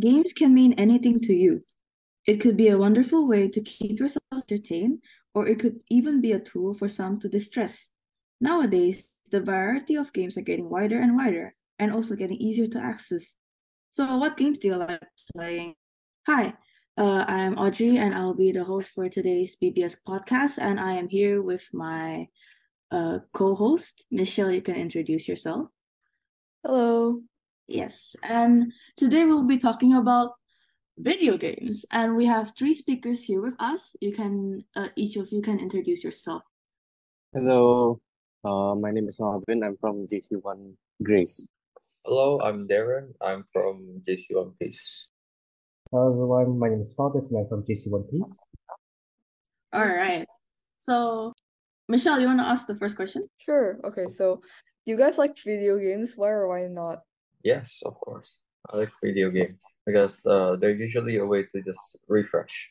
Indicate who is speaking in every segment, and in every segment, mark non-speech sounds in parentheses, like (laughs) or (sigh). Speaker 1: Games can mean anything to you. It could be a wonderful way to keep yourself entertained, or it could even be a tool for some to distress. Nowadays, the variety of games are getting wider and wider, and also getting easier to access. So, what games do you like playing? Hi, uh, I'm Audrey, and I'll be the host for today's BBS podcast. And I am here with my uh, co host, Michelle. You can introduce yourself.
Speaker 2: Hello.
Speaker 1: Yes, and today we'll be talking about video games, and we have three speakers here with us. You can, uh, each of you can introduce yourself.
Speaker 3: Hello, uh, my name is Marvin. I'm from JC1 Grace.
Speaker 4: Hello, I'm Darren. I'm from JC One Piece.
Speaker 5: Hello everyone, my name is Marcus and I'm from JC1 Piece.
Speaker 1: All right. So, Michelle, you want to ask the first question?
Speaker 2: Sure. Okay, so you guys like video games? Why or why not?
Speaker 4: Yes, of course. I like video games because uh, they're usually a way to just refresh.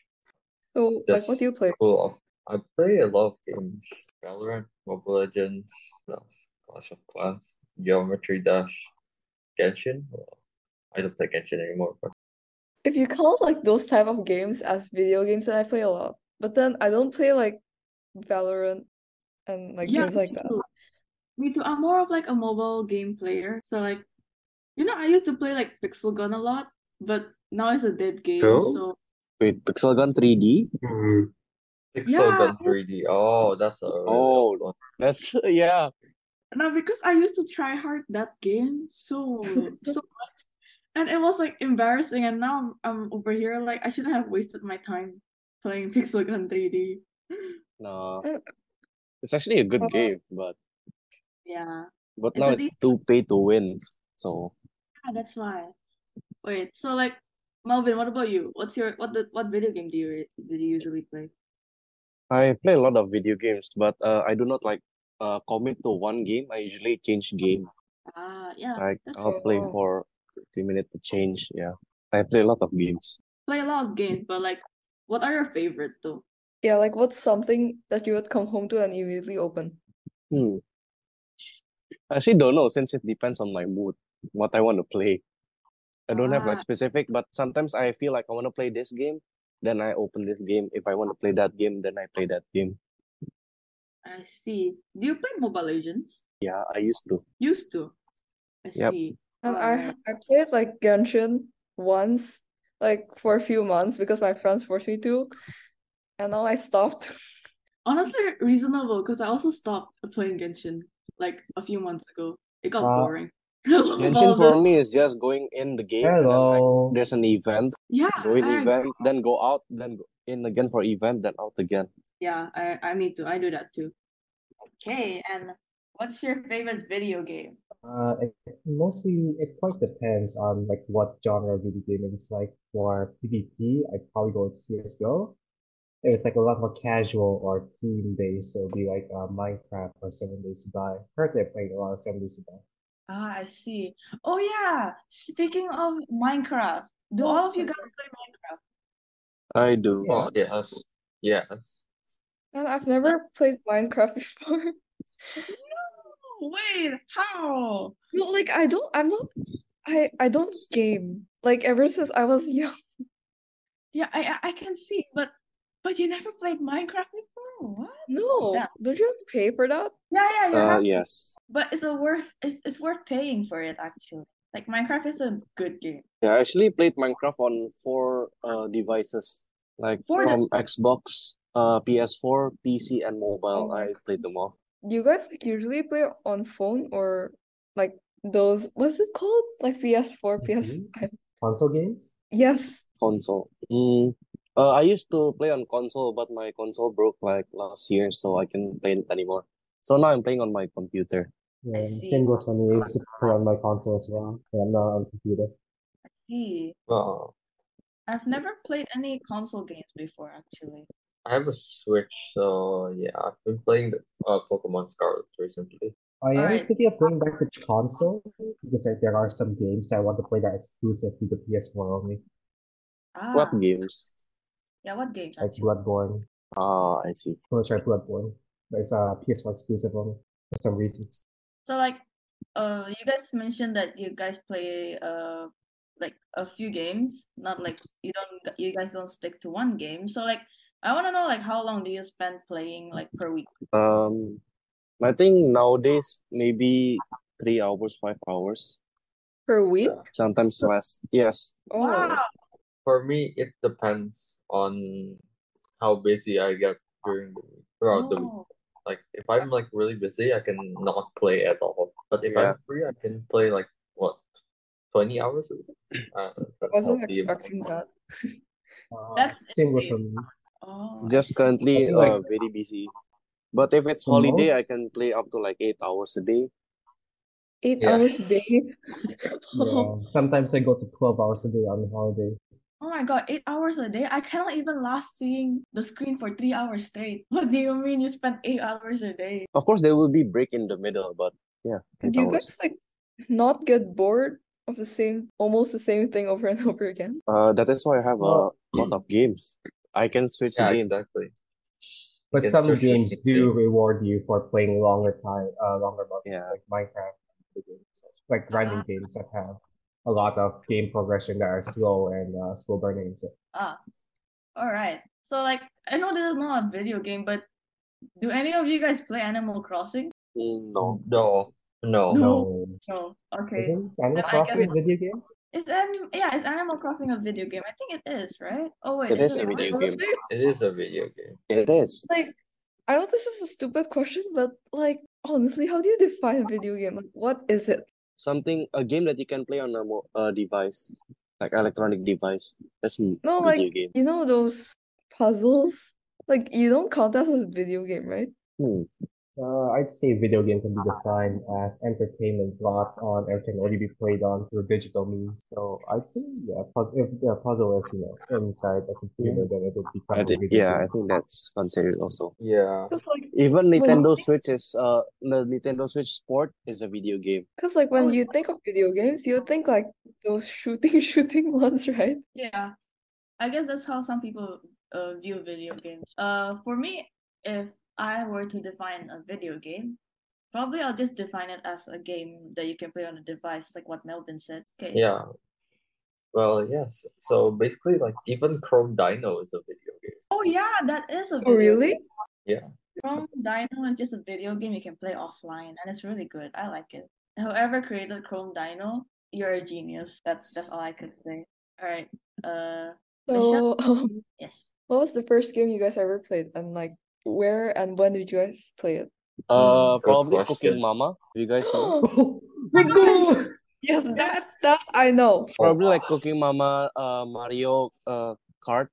Speaker 2: So like what
Speaker 4: Just
Speaker 2: do you play?
Speaker 4: cool off. I play a lot of games: Valorant, Mobile Legends, what else? Clash of Clans, Geometry Dash, Genshin. Well, I don't play Genshin anymore, but
Speaker 2: If you count like those type of games as video games, then I play a lot. But then I don't play like Valorant and like
Speaker 1: yeah,
Speaker 2: games like
Speaker 1: me
Speaker 2: that.
Speaker 1: too. Me too. I'm more of like a mobile game player. So, like, you know, I used to play like Pixel Gun a lot, but now it's a dead game.
Speaker 5: Cool.
Speaker 1: So,
Speaker 3: Wait, Pixel Gun 3D?
Speaker 5: Mm.
Speaker 4: Pixel
Speaker 1: Yeah.
Speaker 4: Gun 3D. Oh, that's a really
Speaker 3: Oh.
Speaker 4: old one.
Speaker 3: That's yeah.
Speaker 1: now because I used to try hard that game (laughs) so, so much, and it was like embarrassing, and now I'm, I'm over here, like, I shouldn't have wasted my time playing (laughs) Pixel Gun 3D.
Speaker 3: No,
Speaker 2: Uh,
Speaker 3: it's actually a good
Speaker 2: uh,
Speaker 3: game, but
Speaker 1: Yeah.
Speaker 3: but
Speaker 1: It's
Speaker 3: now
Speaker 1: a
Speaker 3: it's too pay to win. So
Speaker 1: Yeah, Ah, that's why. Wait, so like Melvin, what about you? What's your what the what video game do you re- do you usually play?
Speaker 3: I play a lot of video games, but uh, I do not like uh commit to one game. I usually change game.
Speaker 1: Ah, yeah,
Speaker 3: Like
Speaker 1: that's
Speaker 3: I'll
Speaker 1: fair.
Speaker 3: play
Speaker 2: Oh.
Speaker 3: for 30 minutes to change. Yeah, I play a lot of games.
Speaker 1: Play a lot of games, but like what are your favorite though?
Speaker 2: Yeah, like what's something that you would come home to and immediately open?
Speaker 3: Hmm. I actually don't know since it depends on my mood, what I want to play. I don't have like
Speaker 1: Ah,
Speaker 3: specific, but sometimes I feel like I want to play this game, then I open this game. If I want to play that game, then I play that game.
Speaker 1: I see. Do you play Mobile Legends?
Speaker 3: Yeah, I used to.
Speaker 1: Used to. I
Speaker 3: Yep.
Speaker 1: see.
Speaker 2: Um, I
Speaker 1: Alright.
Speaker 2: I played like Genshin once, like for a few months because my friends forced me to, and now I stopped. (laughs)
Speaker 1: Honestly, reasonable because I also stopped playing Genshin like a few months ago. It got
Speaker 5: Uh,
Speaker 1: boring. (laughs) With all
Speaker 3: Genshin
Speaker 1: the-
Speaker 3: for me is just going in the game and then like
Speaker 5: Hello.
Speaker 3: there's an event,
Speaker 1: Yeah,
Speaker 3: go in
Speaker 1: Ah, I
Speaker 3: event, then go out, then go in again for event, then out again.
Speaker 1: Yeah, I I me too. I do that too. Okay, and what's your favorite video game?
Speaker 5: Uh, it it mostly it quite depends on like what genre of video game it is like. For PvP, I'd probably go with CS:GO. If it's like a lot more casual or team based, it'll be like uh, Minecraft or Seven Days to Die. Heard they're playing a lot of Seven Days to Die.
Speaker 1: Ah, I see. Oh yeah, speaking of Minecraft, do
Speaker 2: Oh
Speaker 1: all of you
Speaker 2: my
Speaker 1: guys
Speaker 2: God.
Speaker 1: play Minecraft?
Speaker 3: I do.
Speaker 5: Yeah.
Speaker 4: Oh, yes. Yes.
Speaker 2: And I've never played Minecraft (laughs) before.
Speaker 1: No, wait, how?
Speaker 2: No, like I don't I'm not I I don't game. Like ever since I was (laughs) young.
Speaker 1: Yeah, I I I can see, but but you never played Minecraft before? What?
Speaker 2: No.
Speaker 1: Yeah,
Speaker 2: Don't you have to pay for that?
Speaker 1: yeah, yeah, you
Speaker 3: Uh
Speaker 1: have to,
Speaker 3: yes.
Speaker 1: but it's a worth it's it's worth paying for it actually. Like Minecraft is a good game.
Speaker 3: Yeah, I actually played Minecraft on four uh devices. Like
Speaker 1: For the
Speaker 3: from Xbox, uh PS4, PC and
Speaker 2: Oh
Speaker 3: mobile.
Speaker 2: my
Speaker 3: I played them all.
Speaker 2: God. Do you guys like usually play on phone or like those what's it called? Like PS4,
Speaker 5: PC?
Speaker 2: PS5.
Speaker 5: Console games?
Speaker 2: Yes.
Speaker 3: Console. Mm. Uh, I used to play on console, but my console broke like last year, so I can't play it anymore. So now I'm playing on my computer.
Speaker 1: I
Speaker 5: Yeah,
Speaker 1: see.
Speaker 5: same goes for me. I used to play on my console as well. Yeah, I'm not on computer.
Speaker 1: I see.
Speaker 4: Well,
Speaker 1: I've never played any console games before actually.
Speaker 4: I have a Switch, so yeah, I've been playing uh, Pokemon Scarlet recently.
Speaker 5: I
Speaker 1: All
Speaker 5: am
Speaker 1: right.
Speaker 5: thinking of going back to console because like, there are some games that I want to play that are exclusive to the PS4 only.
Speaker 1: Ah,
Speaker 3: What games?
Speaker 1: yeah, what games
Speaker 5: like
Speaker 1: actually?
Speaker 5: Bloodborne.
Speaker 3: Ah, I see.
Speaker 5: I'm gonna try Bloodborne. But It's a PS4 exclusive one for some reason.
Speaker 1: So like, uh, you guys mentioned that you guys play uh like a few games, not like you don't you guys don't stick to one game. So like, I want to know like how long do you spend playing like per week?
Speaker 3: Um, I think nowadays maybe three hours, five hours,
Speaker 2: Per week?
Speaker 3: sometimes less. Yes.
Speaker 2: Oh.
Speaker 1: Wow.
Speaker 4: For me, it depends on how busy I get during the week, throughout the week.
Speaker 1: Oh,
Speaker 4: Like if I'm like really busy, I can not play at all. But if I'm free, I can play like what, twenty hours a week? Uh, I don't know,
Speaker 2: I
Speaker 4: that's
Speaker 2: wasn't
Speaker 4: healthy.
Speaker 2: expecting that.
Speaker 5: Uh,
Speaker 1: That's
Speaker 5: same goes for
Speaker 1: insane.
Speaker 5: me.
Speaker 1: oh, I
Speaker 3: Just
Speaker 1: see.
Speaker 3: currently,
Speaker 5: I think, like,
Speaker 3: uh, very busy. But if it's
Speaker 5: the
Speaker 3: holiday, I
Speaker 5: most-
Speaker 3: can play up to like eight hours a day.
Speaker 2: Eight
Speaker 4: Yeah.
Speaker 2: hours a day? (laughs)
Speaker 1: (laughs)
Speaker 5: Yeah, sometimes I go to 12 hours a day on holiday.
Speaker 1: Oh my god, eight hours a day? I cannot even last seeing the screen for three hours straight. (laughs) What do you mean you spend eight hours a day?
Speaker 3: Of course, there will be break in the middle, but yeah, eight
Speaker 2: Do you
Speaker 3: hours.
Speaker 2: guys like not get bored of the same, almost the same thing over and over again?
Speaker 3: Uh, that is why I have a
Speaker 5: Well-
Speaker 3: lot of games. I can switch
Speaker 4: Yeah,
Speaker 3: games.
Speaker 4: exactly.
Speaker 5: But
Speaker 4: can
Speaker 5: some
Speaker 4: search for
Speaker 5: games do
Speaker 4: anything.
Speaker 5: reward you for playing longer time, uh, longer months,
Speaker 3: Yeah.
Speaker 5: like Minecraft, the games, like grinding
Speaker 1: Ah.
Speaker 5: games that have a lot of game progression that are slow and uh, slow burning. and stuff.
Speaker 1: Ah, all right. So like, I know this is not a video game, but do any of you guys play Animal Crossing?
Speaker 3: Mm, No.
Speaker 4: No, no.
Speaker 1: No.
Speaker 5: no,
Speaker 1: No. Okay.
Speaker 5: isn't
Speaker 1: Then
Speaker 5: Animal
Speaker 1: I
Speaker 5: Crossing
Speaker 1: guess-
Speaker 5: a video game?
Speaker 1: Is anim- yeah, is Animal Crossing a video game? I think it is, right? Oh wait,
Speaker 3: It
Speaker 1: is
Speaker 3: is
Speaker 1: it
Speaker 3: a video
Speaker 1: not?
Speaker 3: game.
Speaker 2: Honestly,
Speaker 4: It is a video game.
Speaker 3: It is.
Speaker 2: like I know this is a stupid question, but like honestly, how do you define a video game? Like, what is it?
Speaker 3: Something, a game that you can play on a mo uh, device, like electronic device. That's a video
Speaker 2: No, like
Speaker 3: game.
Speaker 2: you know those puzzles? Like you don't count that as a video game, right?
Speaker 3: Hmm.
Speaker 5: Uh, I'd say video game can be defined as entertainment brought on and can only be played on through digital means. So I'd say yeah, puzzle, if the puzzle is you know inside a computer, then it would
Speaker 3: I
Speaker 5: become a
Speaker 3: think,
Speaker 5: video
Speaker 3: yeah, I
Speaker 5: game.
Speaker 3: think that's considered also.
Speaker 4: Yeah.
Speaker 2: Because like
Speaker 3: Even
Speaker 2: when
Speaker 3: Nintendo Switch is uh the Nintendo Switch Sport is a video game.
Speaker 2: because like
Speaker 1: Oh.
Speaker 2: when you think of video games, you think like those shooting (laughs) shooting ones, right?
Speaker 1: Yeah. I guess that's how some people uh, view video games. Uh, for me, if I were to define a video game, probably I'll just define it as a game that you can play on a device, like what Melvin said. Okay.
Speaker 4: Yeah. Well, yes. So basically, like even Chrome Dino is a video game.
Speaker 1: Oh yeah, that is a
Speaker 2: Oh
Speaker 1: video.
Speaker 2: really?
Speaker 4: Yeah.
Speaker 1: Chrome Dino is just a video game you can play offline, and it's really good. I like it. Whoever created Chrome Dino, you're a genius. That's that's all I could say. All right. Uh,
Speaker 2: So
Speaker 1: Michelle?
Speaker 2: (laughs) um,
Speaker 1: yes.
Speaker 2: what was the first game you guys ever played, and like where and when did you guys play it?
Speaker 3: Uh,
Speaker 4: good
Speaker 3: probably
Speaker 4: question.
Speaker 3: Cooking Mama. You guys know?
Speaker 5: Oh
Speaker 2: my
Speaker 5: my
Speaker 2: goodness.
Speaker 5: god!
Speaker 2: (gasps) Yes, that stuff I know.
Speaker 5: Oh,
Speaker 3: Probably like Cooking Mama, uh, Mario, uh, Kart.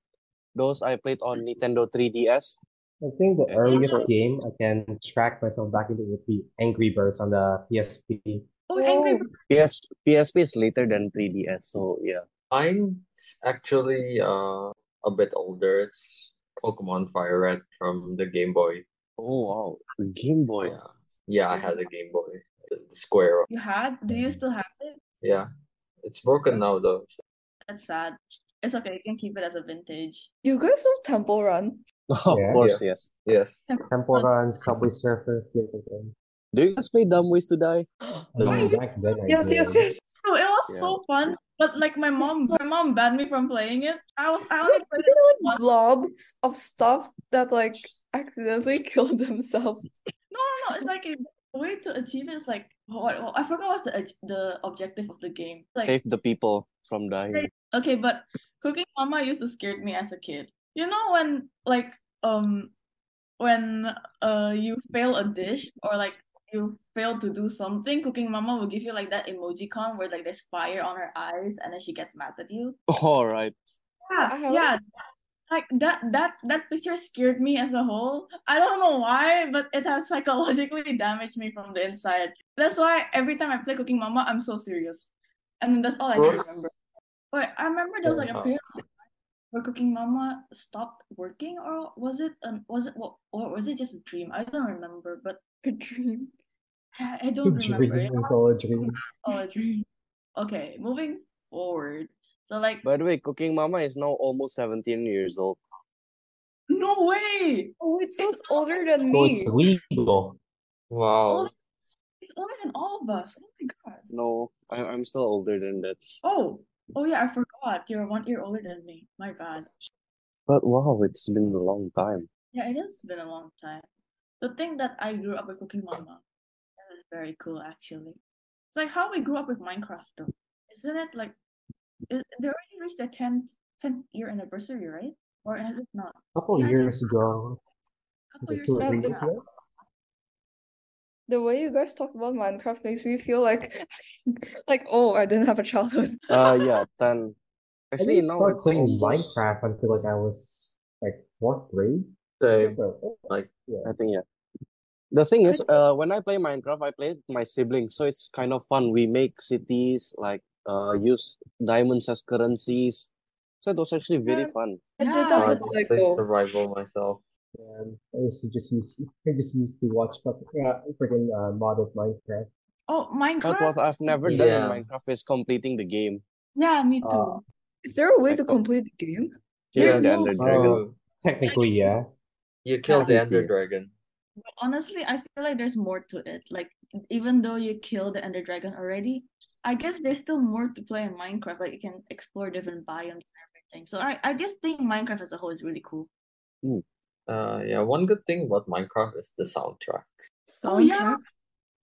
Speaker 3: Those I played on Nintendo 3DS.
Speaker 5: (laughs) I think the
Speaker 3: (laughs) Yeah.
Speaker 5: earliest
Speaker 1: Yeah.
Speaker 5: game I can track myself back into would be Angry Birds on the PSP.
Speaker 1: Oh, Angry
Speaker 2: Oh,
Speaker 1: Birds.
Speaker 3: PS PSP is later than 3DS, so yeah.
Speaker 4: I'm s- actually uh a bit older. It's Pokemon Fire Red from the Game Boy.
Speaker 3: Oh wow, Game Boy.
Speaker 4: Yeah. Yeah, I had a Game Boy. The the square.
Speaker 1: You had? Do you still have it?
Speaker 4: Yeah. It's broken now though. so-
Speaker 1: That's sad. It's okay. You can keep it as a vintage.
Speaker 2: you guys know Temple Run?
Speaker 3: (laughs) Of
Speaker 5: Yeah.
Speaker 3: course,
Speaker 4: Yeah.
Speaker 3: yes.
Speaker 4: Yes.
Speaker 5: Temple Run, Subway Surfers, games like that.
Speaker 3: Do you guys play Dumb Ways to Die? The
Speaker 5: Um,
Speaker 1: I
Speaker 3: game.
Speaker 5: back then I
Speaker 2: Yes, yes,
Speaker 5: did.
Speaker 2: yes.
Speaker 1: So it was
Speaker 3: Yeah.
Speaker 1: so fun, but like my mom, my mom banned me from playing it. I was I
Speaker 2: You know,
Speaker 1: only played
Speaker 2: you
Speaker 1: it
Speaker 2: (laughs) know, like
Speaker 1: once.
Speaker 2: blobs of stuff that like accidentally (laughs) kill themselves.
Speaker 1: No, no, no. It's like it- the way to achieve it is like what, what- I forgot what's the ad- the objective of the game. It's Like
Speaker 3: Save the people from dying.
Speaker 1: okay, but Cooking Mama used to scare me as a kid. You know when like um when uh you fail a dish or like you fail to do something, Cooking Mama will give you like that emoji con where like there's fire on her eyes and then she gets mad at you.
Speaker 3: (laughs) All right.
Speaker 1: Yeah,
Speaker 2: I haven't-
Speaker 1: yeah, like that that that picture scared me as a whole. I don't know why, but it has psychologically (laughs) damaged me from the inside. That's why every time I play Cooking Mama, I'm so serious, and then that's all I can
Speaker 4: Bro-
Speaker 1: remember. But I remember there was like a
Speaker 4: Uh,
Speaker 1: period where Cooking Mama stopped working, or was it an was it what or was it just a dream? I don't remember, but
Speaker 2: (laughs) A dream.
Speaker 1: I, I don't remember.
Speaker 5: Dream
Speaker 1: It
Speaker 5: is all a dream.
Speaker 1: was all a dream. Okay, moving forward. So like
Speaker 3: By the way, Cooking Mama is now almost 17 years old.
Speaker 1: no way.
Speaker 2: Oh, it sounds older than
Speaker 5: So it's
Speaker 2: me.
Speaker 5: legal.
Speaker 4: Wow.
Speaker 1: He's older than all of us. Oh my god.
Speaker 3: No, I, I'm still older than that.
Speaker 1: Oh. Oh yeah, I forgot. You're one year older than me. My bad.
Speaker 3: But wow, it's been a long time.
Speaker 1: Yeah, it has been a long time. The thing that I grew up with Cooking Mama. That is very cool actually. It's like how we grew up with Minecraft though. Isn't it like it, they already reached their 10th 10th year anniversary, right? Or has it not?
Speaker 5: A couple
Speaker 1: Yeah, I think-
Speaker 5: years ago,
Speaker 1: Couple
Speaker 5: like
Speaker 1: years
Speaker 5: two or three
Speaker 1: ago,
Speaker 5: years
Speaker 1: yeah.
Speaker 5: ago.
Speaker 2: The way you guys talked about Minecraft makes me feel like (laughs) like oh, I didn't have a childhood.
Speaker 3: Uh, yeah, 10.
Speaker 5: I
Speaker 3: Actually,
Speaker 5: didn't
Speaker 3: now
Speaker 5: start
Speaker 3: it's
Speaker 5: playing
Speaker 3: almost,
Speaker 5: Minecraft until like I was like fourth grade.
Speaker 4: Same.
Speaker 5: So,
Speaker 4: Like,
Speaker 5: yeah.
Speaker 3: I think, yeah. The thing is,
Speaker 2: But-
Speaker 3: uh, when I play Minecraft, I play it with my siblings, so it's kind of fun. We make cities, like, uh, use diamonds as currencies. So it was actually very
Speaker 1: Yeah.
Speaker 3: fun.
Speaker 2: I did
Speaker 1: Yeah.
Speaker 2: that
Speaker 4: I
Speaker 2: with oh,
Speaker 4: just played
Speaker 2: Lego.
Speaker 4: survival myself.
Speaker 5: And I used to just use I just used to watch fuck- uh, freaking uh, modded Minecraft.
Speaker 1: Oh,
Speaker 3: But
Speaker 1: Minecraft?
Speaker 3: what I've never done in
Speaker 4: Yeah.
Speaker 3: Minecraft is completing the game.
Speaker 1: Yeah, me
Speaker 5: Uh,
Speaker 1: too.
Speaker 2: Is there a way
Speaker 3: I
Speaker 2: to
Speaker 3: thought-
Speaker 2: complete the game?
Speaker 1: There's
Speaker 4: Yes.
Speaker 3: The
Speaker 1: no
Speaker 3: Ender Dragon.
Speaker 5: Oh,
Speaker 4: You,
Speaker 5: technically, yeah.
Speaker 4: you killed the
Speaker 5: Yeah.
Speaker 4: Ender Dragon.
Speaker 1: But honestly, I feel like there's more to it. Like even though you kill the Ender Dragon already, I guess there's still more to play in Minecraft. Like you can explore different biomes and everything. So I I just think Minecraft as a whole is really cool.
Speaker 4: Uh, yeah. One good thing about Minecraft is the soundtrack.
Speaker 1: Oh, yeah.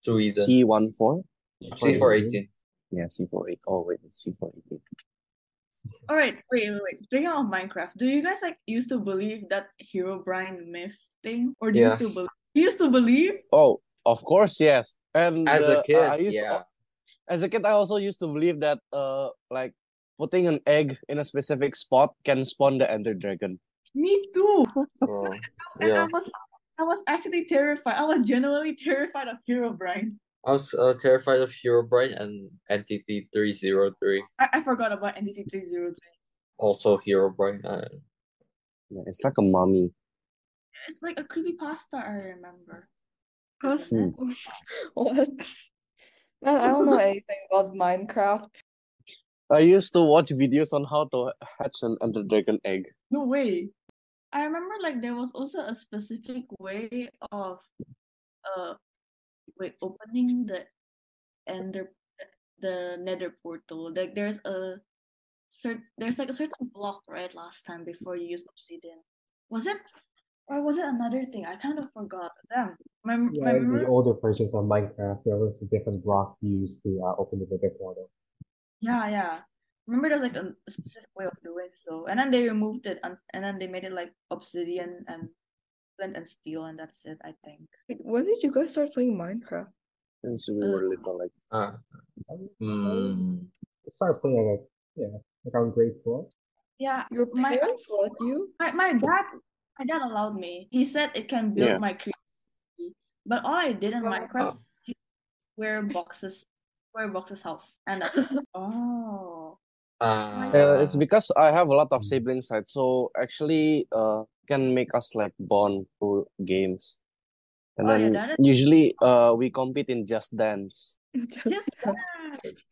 Speaker 2: Soundtrack?
Speaker 4: Sweden.
Speaker 3: C14?
Speaker 4: C418.
Speaker 3: Yeah, C48. Oh, wait, it's C418.
Speaker 1: All right, wait, wait, wait. Speaking of Minecraft, do you guys like used to believe that Herobrine myth thing, or do you still
Speaker 4: Yes.
Speaker 1: believe? You used to believe?
Speaker 3: Oh, of course, yes. And
Speaker 4: As a
Speaker 3: uh,
Speaker 4: kid,
Speaker 3: I used
Speaker 4: yeah.
Speaker 3: as a kid, I also used to believe that uh, like putting an egg in a specific spot can spawn the Ender Dragon.
Speaker 1: Me too.
Speaker 4: Well,
Speaker 1: And
Speaker 4: yeah.
Speaker 1: I was, I was actually terrified. I was genuinely terrified of Herobrine.
Speaker 4: I was uh, terrified of Herobrine and Entity 303.
Speaker 1: I, I forgot about NDT three zero two.
Speaker 4: Also Herobrine. Uh,
Speaker 3: Yeah, it's like a mummy.
Speaker 1: It's like a creepy pasta. I remember.
Speaker 2: Pasta?
Speaker 1: Isn't
Speaker 2: Mm.
Speaker 1: it?
Speaker 2: (laughs) What? Man, I don't know anything about Minecraft.
Speaker 3: I used to watch videos on how to hatch an Ender Dragon egg.
Speaker 1: No way. I remember like there was also a specific way of, uh, wait, opening the ender the nether portal like there's a cert there's like a certain block right last time before you use obsidian was it or was it another thing i kind of forgot damn my, my
Speaker 5: Yeah, in
Speaker 1: memory
Speaker 5: the older versions of Minecraft, there was a different block used to uh, open the bigger portal.
Speaker 1: yeah yeah remember there's like a specific way of doing so and then they removed it and, and then they made it like obsidian and flint and steel and that's it i think
Speaker 2: Wait, when did you guys start playing Minecraft?
Speaker 3: Since we
Speaker 1: Uh.
Speaker 3: were little, like
Speaker 4: uh,
Speaker 5: I, I
Speaker 4: mm,
Speaker 5: started playing like yeah, like I'm grade four.
Speaker 1: yeah
Speaker 2: Your
Speaker 1: my
Speaker 2: parents let you? (laughs)
Speaker 1: my, my dad my dad allowed me he said it can build
Speaker 3: Yeah.
Speaker 1: my creativity but all i did in
Speaker 2: Wow.
Speaker 1: minecraft
Speaker 4: oh,
Speaker 1: Square Box's Square Box's house. And (laughs) uh, oh,
Speaker 3: uh,
Speaker 4: uh,
Speaker 3: it's because I have a lot of siblings, right? So actually, uh, can make us like bond through games. And
Speaker 1: oh yeah,
Speaker 3: then
Speaker 1: that is
Speaker 3: usually, uh, we compete in Just Dance.
Speaker 1: just
Speaker 2: Just that.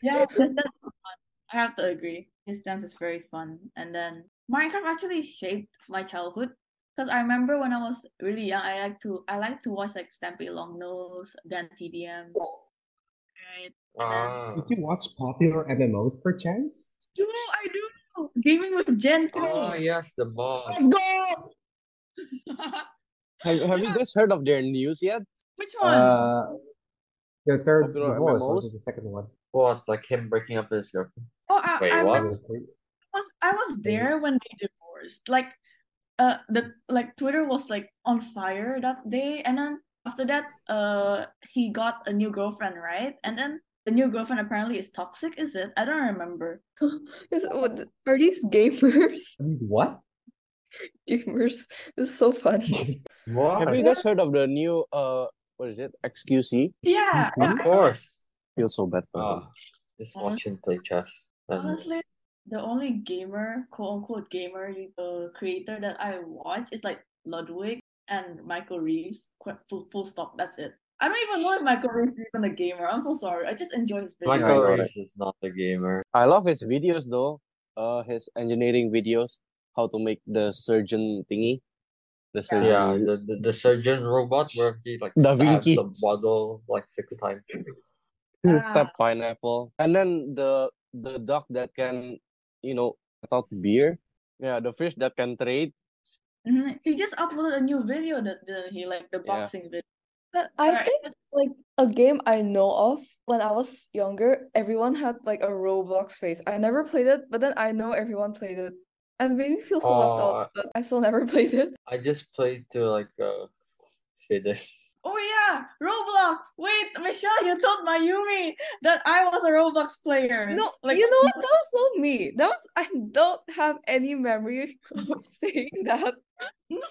Speaker 1: yeah. Just dance. is fun. (laughs) I have to agree. Just dance is very fun. And then Minecraft actually shaped my childhood because I remember when I was really young, I like to I like to watch like Stampy Longnose, Dan TDM, right? And then
Speaker 3: Uh,
Speaker 4: ah.
Speaker 5: Did you watch popular MMOs perchance?
Speaker 1: do I do gaming with Gen three.
Speaker 4: Oh yes, the mod.
Speaker 3: Have Have you guys heard of their news yet?
Speaker 1: (laughs) Which one?
Speaker 5: Uh, the third, the
Speaker 3: Popular
Speaker 5: most, or was it the
Speaker 3: MMOs?
Speaker 5: second one?
Speaker 4: What, like him breaking up with his girlfriend?
Speaker 1: oh, I,
Speaker 4: Wait,
Speaker 1: I
Speaker 4: what?
Speaker 1: remember
Speaker 5: Popular three?
Speaker 1: was I was there when they divorced. Like uh the like Twitter was like on fire that day and then after that uh he got a new girlfriend, right? And then the new girlfriend apparently is toxic, is it? I don't remember.
Speaker 2: Is, what, oh, are these gamers? (laughs)
Speaker 5: Are these what?
Speaker 2: Gamers. This is so fun.
Speaker 5: (laughs) Oh,
Speaker 4: What?
Speaker 3: Have you guys heard of the new uh what is it? XQC?
Speaker 1: Yeah,
Speaker 5: PC?
Speaker 1: yeah
Speaker 4: Of course.
Speaker 3: Feel so bad for them.
Speaker 4: Ah, just watch him play chess. And
Speaker 1: honestly the only gamer quote unquote gamer you- uh, creator that I watch is like Ludwig and Michael Reeves. Qu- Full, full stop, that's it. I don't even know if Michael Reeves is even a gamer. I'm so sorry. I just enjoy his videos.
Speaker 3: Yeah, I
Speaker 4: Michael
Speaker 3: know,
Speaker 4: Reeves is not a gamer.
Speaker 3: I love his videos though. uh his engineering videos, how to make the surgeon thingy, the surgeon.
Speaker 4: Yeah, the, the, the surgeon robot where he like
Speaker 3: Da
Speaker 4: stabs
Speaker 3: Vinci.
Speaker 4: the bottle like six times.
Speaker 1: Ah.
Speaker 3: Step pineapple, and then the the duck that can, you know, talk beer. Yeah, the fish that can trade.
Speaker 1: Mhm. He just uploaded a new video that didn't he like the
Speaker 3: Yeah.
Speaker 1: boxing video.
Speaker 2: But I
Speaker 1: Alright.
Speaker 2: think like a game I know of when I was younger, everyone had like a Roblox face. I never played it, but then I know everyone played it. And it made me feel so left
Speaker 4: Oh,
Speaker 2: out, but I still never (laughs) played it.
Speaker 4: I just played to like uh say this.
Speaker 1: Oh yeah, Roblox. Wait, Michelle, you told Mayumi that I was a Roblox player.
Speaker 2: No,
Speaker 1: like
Speaker 2: you know what? That was not me. That was, I don't have any memory (laughs) of saying that.
Speaker 1: (laughs) no. (laughs)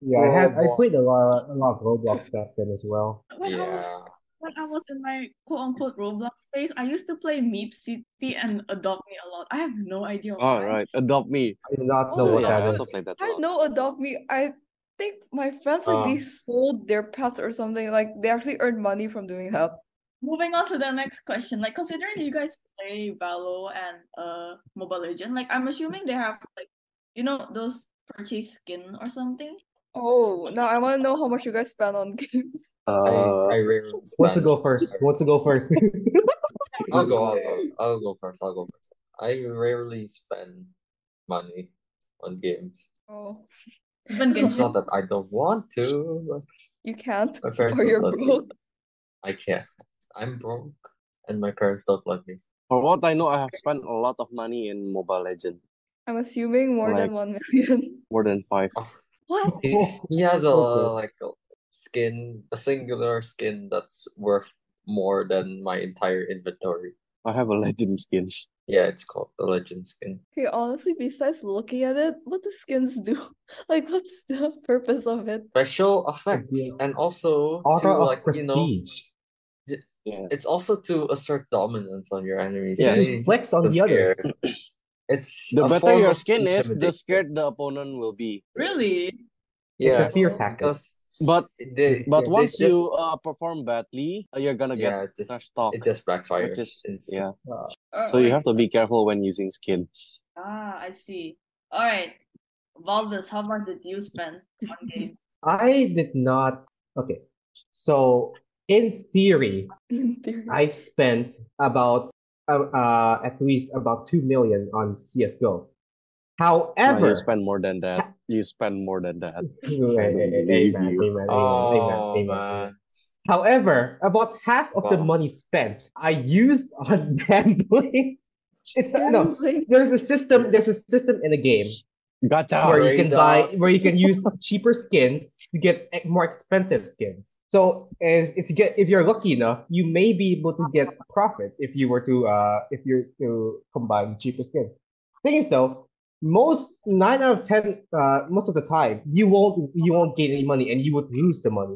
Speaker 5: Yeah, I had I
Speaker 4: Roblox.
Speaker 5: played a lot a lot of Roblox back then as well.
Speaker 1: when I was
Speaker 4: yeah.
Speaker 1: when I was in my quote unquote Roblox space, I used to play Meep City and Adopt Me a lot. I have no idea why.
Speaker 3: All right, adopt me.
Speaker 5: I do not know
Speaker 2: Oh,
Speaker 5: what
Speaker 3: yeah, I
Speaker 5: that is.
Speaker 3: also played that a
Speaker 2: I
Speaker 3: lot.
Speaker 2: know Adopt Me. I think my friends like they
Speaker 4: Oh.
Speaker 2: sold their pets or something. Like they actually earned money from doing that.
Speaker 1: Moving on to the next question, like considering you guys play Valo and uh Mobile Legend, like I'm assuming they have like you know those purchase skin or something.
Speaker 2: Oh, now I want to know how much you guys spend on (laughs) games.
Speaker 3: Uh,
Speaker 4: I I rarely
Speaker 5: What's to
Speaker 4: spend-
Speaker 5: go first? What's to
Speaker 4: (laughs)
Speaker 5: go first?
Speaker 4: I'll go, I'll go. I'll go first. I'll go first. I rarely spend money on games.
Speaker 2: Oh,
Speaker 1: Even
Speaker 4: It's
Speaker 1: Genshin.
Speaker 4: not that I don't want to, but
Speaker 2: you can't,
Speaker 4: (laughs) my parents
Speaker 2: or you're
Speaker 4: don't let me.
Speaker 2: broke.
Speaker 4: I can't. I'm broke and my parents don't let
Speaker 5: (laughs)
Speaker 4: me.
Speaker 3: for what I know, I have spent a lot of money in Mobile Legend,
Speaker 2: I'm assuming more than one million. (laughs)
Speaker 3: more than five.
Speaker 2: What?
Speaker 4: He's,
Speaker 5: (laughs)
Speaker 4: he has a
Speaker 5: Okay.
Speaker 4: like a skin, a singular skin that's worth more than my entire inventory.
Speaker 3: I have a legend (laughs) skin.
Speaker 4: Yeah, it's called the legend skin.
Speaker 2: Okay, honestly, besides looking at it, what do skins do? (laughs) Like, what's the (laughs) purpose of it?
Speaker 4: Special effects and also to
Speaker 5: Aura
Speaker 4: like
Speaker 5: of
Speaker 4: you know
Speaker 5: prestige.
Speaker 3: Yeah.
Speaker 4: it's also to assert dominance on your enemies.
Speaker 3: Yes.
Speaker 4: They
Speaker 5: You flex on
Speaker 4: look
Speaker 5: the others.
Speaker 4: scared. It's
Speaker 3: The
Speaker 4: a
Speaker 3: better
Speaker 4: form
Speaker 3: your
Speaker 4: of
Speaker 3: skin is, the
Speaker 4: intimidation.
Speaker 3: scared the opponent will be.
Speaker 1: Really?
Speaker 5: It's a
Speaker 4: Yes,
Speaker 5: fear
Speaker 2: Oh.
Speaker 5: packet.
Speaker 4: because
Speaker 3: But
Speaker 4: they,
Speaker 3: but
Speaker 4: they
Speaker 3: once
Speaker 4: just
Speaker 3: you uh perform badly, uh, you're gonna get
Speaker 4: yeah, it just
Speaker 3: trash talk,
Speaker 4: it just backfires.
Speaker 3: which is
Speaker 4: It's-
Speaker 3: yeah.
Speaker 5: Uh,
Speaker 1: Oh,
Speaker 3: So you
Speaker 1: wait.
Speaker 3: have to be careful when using skin.
Speaker 1: Ah, I see. All right, Valdez, how much did you spend on
Speaker 3: (laughs)
Speaker 1: game?
Speaker 5: I did not. Okay. So, in theory,
Speaker 2: In theory.
Speaker 5: I spent about uh, uh at least about 2 million on CS:GO.
Speaker 3: No, you
Speaker 5: (laughs) However,
Speaker 3: spend more than that. You spend more than that. I
Speaker 5: Right,
Speaker 3: don't
Speaker 5: a- a-
Speaker 3: believe
Speaker 5: amen,
Speaker 3: you.
Speaker 5: amen, amen, amen,
Speaker 4: Oh
Speaker 5: amen, amen.
Speaker 4: man.
Speaker 5: However, about half of the
Speaker 4: Wow.
Speaker 5: money spent I used on (laughs) gambling. It's not, no,
Speaker 2: Gambling.
Speaker 5: there's a system, there's a system in the game
Speaker 3: Gotcha.
Speaker 5: where you
Speaker 4: Straight
Speaker 5: can buy
Speaker 4: up.
Speaker 5: where you can use cheaper skins to get e- more expensive skins so and if you get if you're lucky enough you may be able to get profit if you were to uh if you're to combine cheaper skins thing is though most nine out of ten uh most of the time you won't you won't gain any money and you would lose the money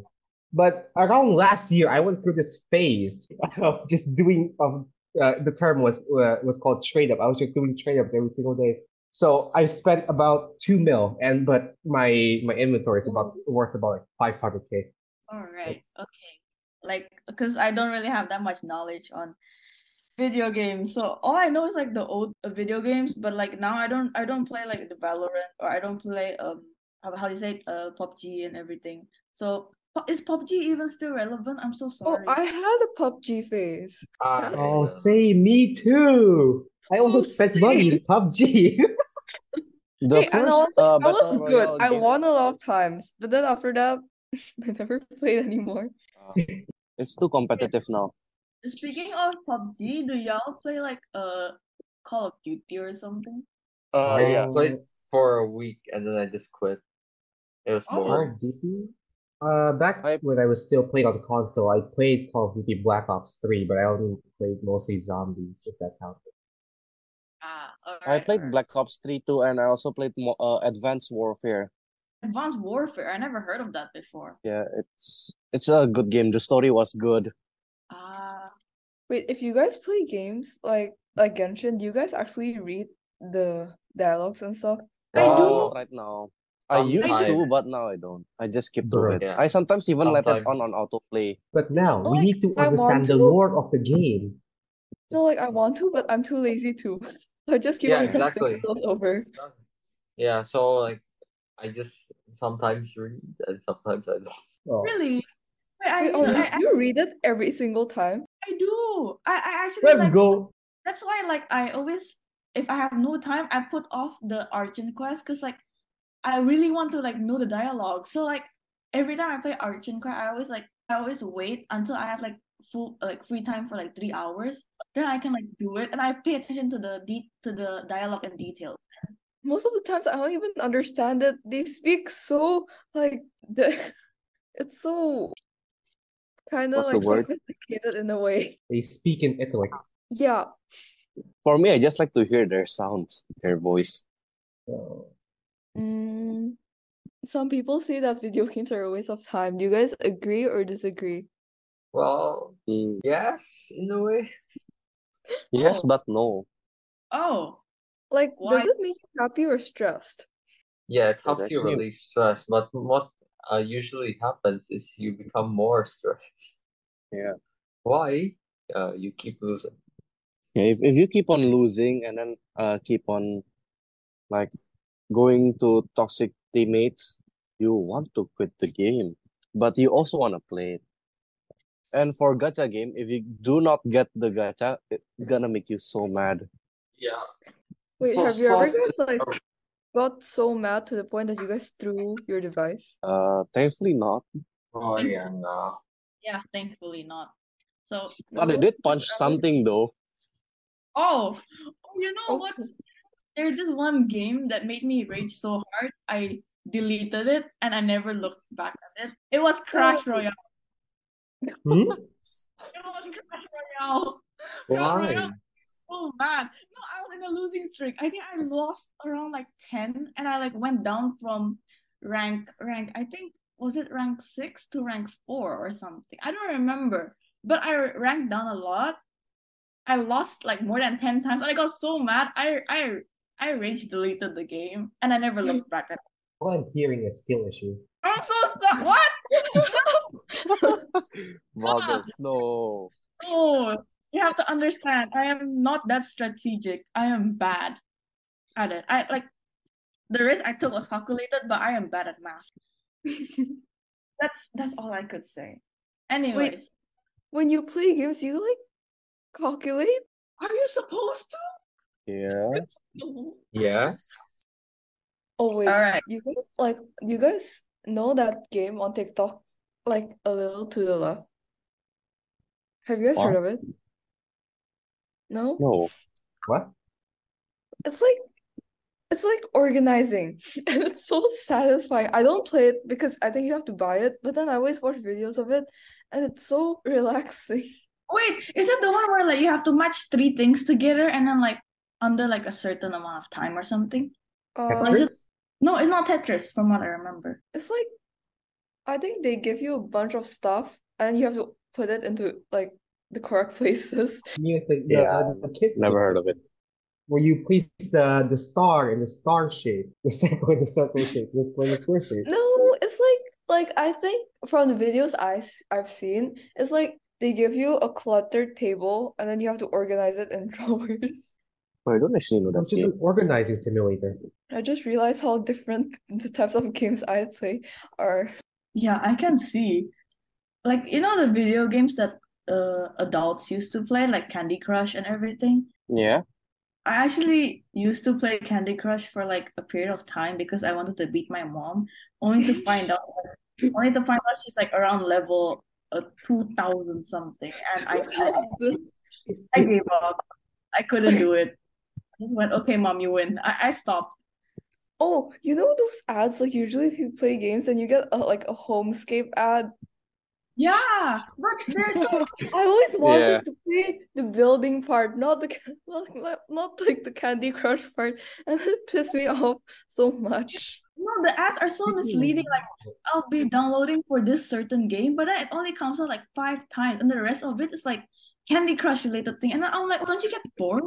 Speaker 5: but around last year i went through this phase (laughs) of just doing of uh, the term was uh, was called trade up i was just doing trade ups every single day so I spent about two mil, and but my my inventory is about worth about like five hundred k.
Speaker 1: All right, okay. Like, because I don't really have that much knowledge on video games, so all I know is like the old uh, video games. But like now, I don't, I don't play like the Valorant or I don't play um, how how do you say it, uh, PUBG and everything. So pu- is PUBG even still relevant? I'm so
Speaker 2: Oh,
Speaker 1: sorry.
Speaker 2: I had a PUBG phase.
Speaker 4: I
Speaker 5: Oh,
Speaker 2: That
Speaker 4: know.
Speaker 5: say me too. I also
Speaker 1: Oh,
Speaker 5: spent money in
Speaker 1: same.
Speaker 5: (laughs) PUBG.
Speaker 3: The
Speaker 2: Hey, and
Speaker 3: first
Speaker 2: honestly,
Speaker 3: uh
Speaker 2: I
Speaker 3: battle
Speaker 2: was good.
Speaker 3: royale
Speaker 2: I
Speaker 3: game
Speaker 2: won a lot of times, but then after that, (laughs) I never (laughs) played anymore.
Speaker 3: uh, it's too competitive now.
Speaker 1: Speaking of PUBG, do y'all play like uh Call of Duty or something?
Speaker 3: Uh
Speaker 4: I
Speaker 3: yeah.
Speaker 4: played
Speaker 5: Oh,
Speaker 4: for a week and then I just quit. It was
Speaker 1: Oh.
Speaker 5: Call
Speaker 4: boring.
Speaker 5: of Duty. Uh, back
Speaker 3: I
Speaker 5: when I was still playing on console, I played Call of Duty Black Ops Three, but I only played mostly zombies, if that counts.
Speaker 1: Ah, all
Speaker 3: I
Speaker 1: right, all
Speaker 3: played
Speaker 1: right.
Speaker 3: Black Ops 3 too and I also played mo- uh, Advanced Warfare.
Speaker 1: Advanced Warfare. I never heard of that before.
Speaker 3: Yeah, it's it's a good game. The story was good.
Speaker 1: Ah,
Speaker 2: Wait, if you guys play games like like Genshin, do you guys actually read the dialogues and stuff?
Speaker 1: I
Speaker 3: Uh,
Speaker 1: do.
Speaker 3: not
Speaker 4: Well,
Speaker 3: right now. I used
Speaker 1: I do.
Speaker 3: to,
Speaker 4: sometimes,
Speaker 3: but now I don't. I just skip to
Speaker 5: Bruh.
Speaker 3: it.
Speaker 4: yeah,
Speaker 3: I sometimes even let it on
Speaker 4: sometimes.
Speaker 3: on autoplay.
Speaker 5: But now we
Speaker 2: Like
Speaker 5: need to
Speaker 2: I want
Speaker 5: understand the
Speaker 2: to.
Speaker 5: lore of the game.
Speaker 2: No, like I want to, but I'm too lazy to. So just keep
Speaker 4: Yeah,
Speaker 2: on pressing
Speaker 4: exactly.
Speaker 2: until it's over.
Speaker 4: Yeah, so like I just sometimes read and sometimes I don't.
Speaker 5: Oh,
Speaker 1: Really? Wait, I, mean,
Speaker 2: Wait, oh, you,
Speaker 1: I, I,
Speaker 2: you read it every single time?
Speaker 1: I do. I, I actually
Speaker 5: let's
Speaker 1: like
Speaker 5: go.
Speaker 1: that's why like I always if I have no time I put off the Archon quest because like I really want to like know the dialogue. So like every time I play Archon quest I always like I always wait until I have like full like free time for like three hours. Then I can like do it and I pay attention to the de- to the dialogue and details.
Speaker 2: Most of the times I don't even understand it. They speak so like the (laughs) it's so kind of
Speaker 3: What's the
Speaker 2: like
Speaker 3: word?
Speaker 2: sophisticated in a way. (laughs)
Speaker 5: They speak in Italy.
Speaker 2: Yeah.
Speaker 3: For me, I just like to hear their sounds, their voice.
Speaker 5: So,
Speaker 2: Mm, some people say that video games are a waste of time. Do you guys agree or disagree?
Speaker 4: (laughs) Well,
Speaker 3: Mm,
Speaker 4: yes, in a way.
Speaker 3: yes,
Speaker 1: Oh.
Speaker 3: but no.
Speaker 1: Oh,
Speaker 2: Like,
Speaker 1: Why?
Speaker 2: does it make you happy or stressed?
Speaker 4: Yeah, it
Speaker 3: Yeah,
Speaker 4: helps you
Speaker 3: that's you.
Speaker 4: relieve stress, but what uh, usually happens is you become more stressed.
Speaker 3: Yeah.
Speaker 4: Why? Uh, you keep losing.
Speaker 3: Yeah, if, if you keep on losing and then uh keep on like going to toxic teammates, you want to quit the game, but you also want to play it. And for gacha game, if you do not get the gacha, it's gonna make you so mad.
Speaker 4: Yeah.
Speaker 2: Wait,
Speaker 4: So
Speaker 2: have you ever
Speaker 4: soft.
Speaker 2: guys like got so mad to the point that you guys threw your device?
Speaker 3: Uh, thankfully not.
Speaker 4: Oh
Speaker 3: uh,
Speaker 4: yeah, no.
Speaker 1: yeah, thankfully not. So
Speaker 3: But I
Speaker 2: No?
Speaker 3: did punch something
Speaker 5: (laughs)
Speaker 3: though.
Speaker 1: Oh, oh, you know
Speaker 2: Okay.
Speaker 1: what's There's this one game that made me rage so hard, I deleted it and I never looked back at it. It was Crash Royale.
Speaker 5: hmm?
Speaker 1: It was Crash Royale. Crash
Speaker 4: Why?
Speaker 1: Royale was so bad. No, I was in a losing streak. I think I lost around like 10 and I like went down from rank rank I think was it rank 6 to rank 4 or something. I don't remember, but I ranked down a lot. I lost like more than 10 times and I got so mad. I I I rage deleted the game and I never looked back at it.
Speaker 5: All I'm hearing is skill issue.
Speaker 1: I'm so sorry. What? (laughs) No.
Speaker 3: Marbles, no.
Speaker 1: No. Oh, You have to understand. I am not that strategic. I am bad at it. I like the risk I took was calculated, but I am bad at math. (laughs) That's that's all I could say. Anyways,
Speaker 2: When you play games, you like calculate?
Speaker 1: are you supposed to?
Speaker 3: Yeah.
Speaker 1: No.
Speaker 4: Yes.
Speaker 2: Oh wait,
Speaker 1: All right.
Speaker 2: you guys like you guys know that game on TikTok, like a little to the left. Have you guys heard
Speaker 3: What?
Speaker 2: of it? No?
Speaker 3: No.
Speaker 5: What?
Speaker 2: It's like it's like organizing (laughs) and it's so satisfying. I don't play it because I think you have to buy it, but then I always watch videos of it and it's so (laughs) relaxing.
Speaker 1: Wait, is it the one where like you have to match three things together and then like under like a certain amount of time or something?
Speaker 2: Uh
Speaker 1: is it-
Speaker 5: Tetris?
Speaker 1: No, it's not Tetris from what I remember.
Speaker 2: it's like I think they give you a bunch of stuff and you have to put it into like the correct (laughs) places.
Speaker 5: You know, the,
Speaker 3: Yeah,
Speaker 5: the, the kids
Speaker 3: never
Speaker 5: game,
Speaker 3: heard of it.
Speaker 5: where you place the, the star in the star shape, (laughs) the circle in the circle shape, the square in the square shape.
Speaker 2: No, it's like like I think from the videos I s- I've seen, it's like they give you a cluttered table and then you have to organize it in (laughs) drawers.
Speaker 3: I don't actually know
Speaker 5: So
Speaker 3: that
Speaker 5: it's just
Speaker 3: game.
Speaker 5: an organizing simulator.
Speaker 2: I just realized how different (laughs) the types of games I play are. (laughs)
Speaker 1: Yeah, I can see. Like, you know the video games that uh adults used to play, like Candy Crush and everything?
Speaker 3: Yeah.
Speaker 1: I actually used to play Candy Crush for like a period of time because I wanted to beat my mom, only to find out only to find out she's like around level uh, 2000 something and I, I I gave up. I couldn't do it. I just went, "Okay, mom, you win." I, I stopped.
Speaker 2: Oh, you know those ads? Like usually if you play games and you get a, like a homescape ad.
Speaker 1: Yeah, but there's so
Speaker 2: I always
Speaker 3: Yeah.
Speaker 2: wanted to play the building part, not the ca- not, not, not like the Candy Crush part, (laughs) and it pissed me off so much. (laughs)
Speaker 1: No, the ads are so misleading. Like, I'll be downloading for this certain game, but then it only comes out like five times, and the rest of it is like Candy Crush related thing. And then I'm like, well, don't you get bored?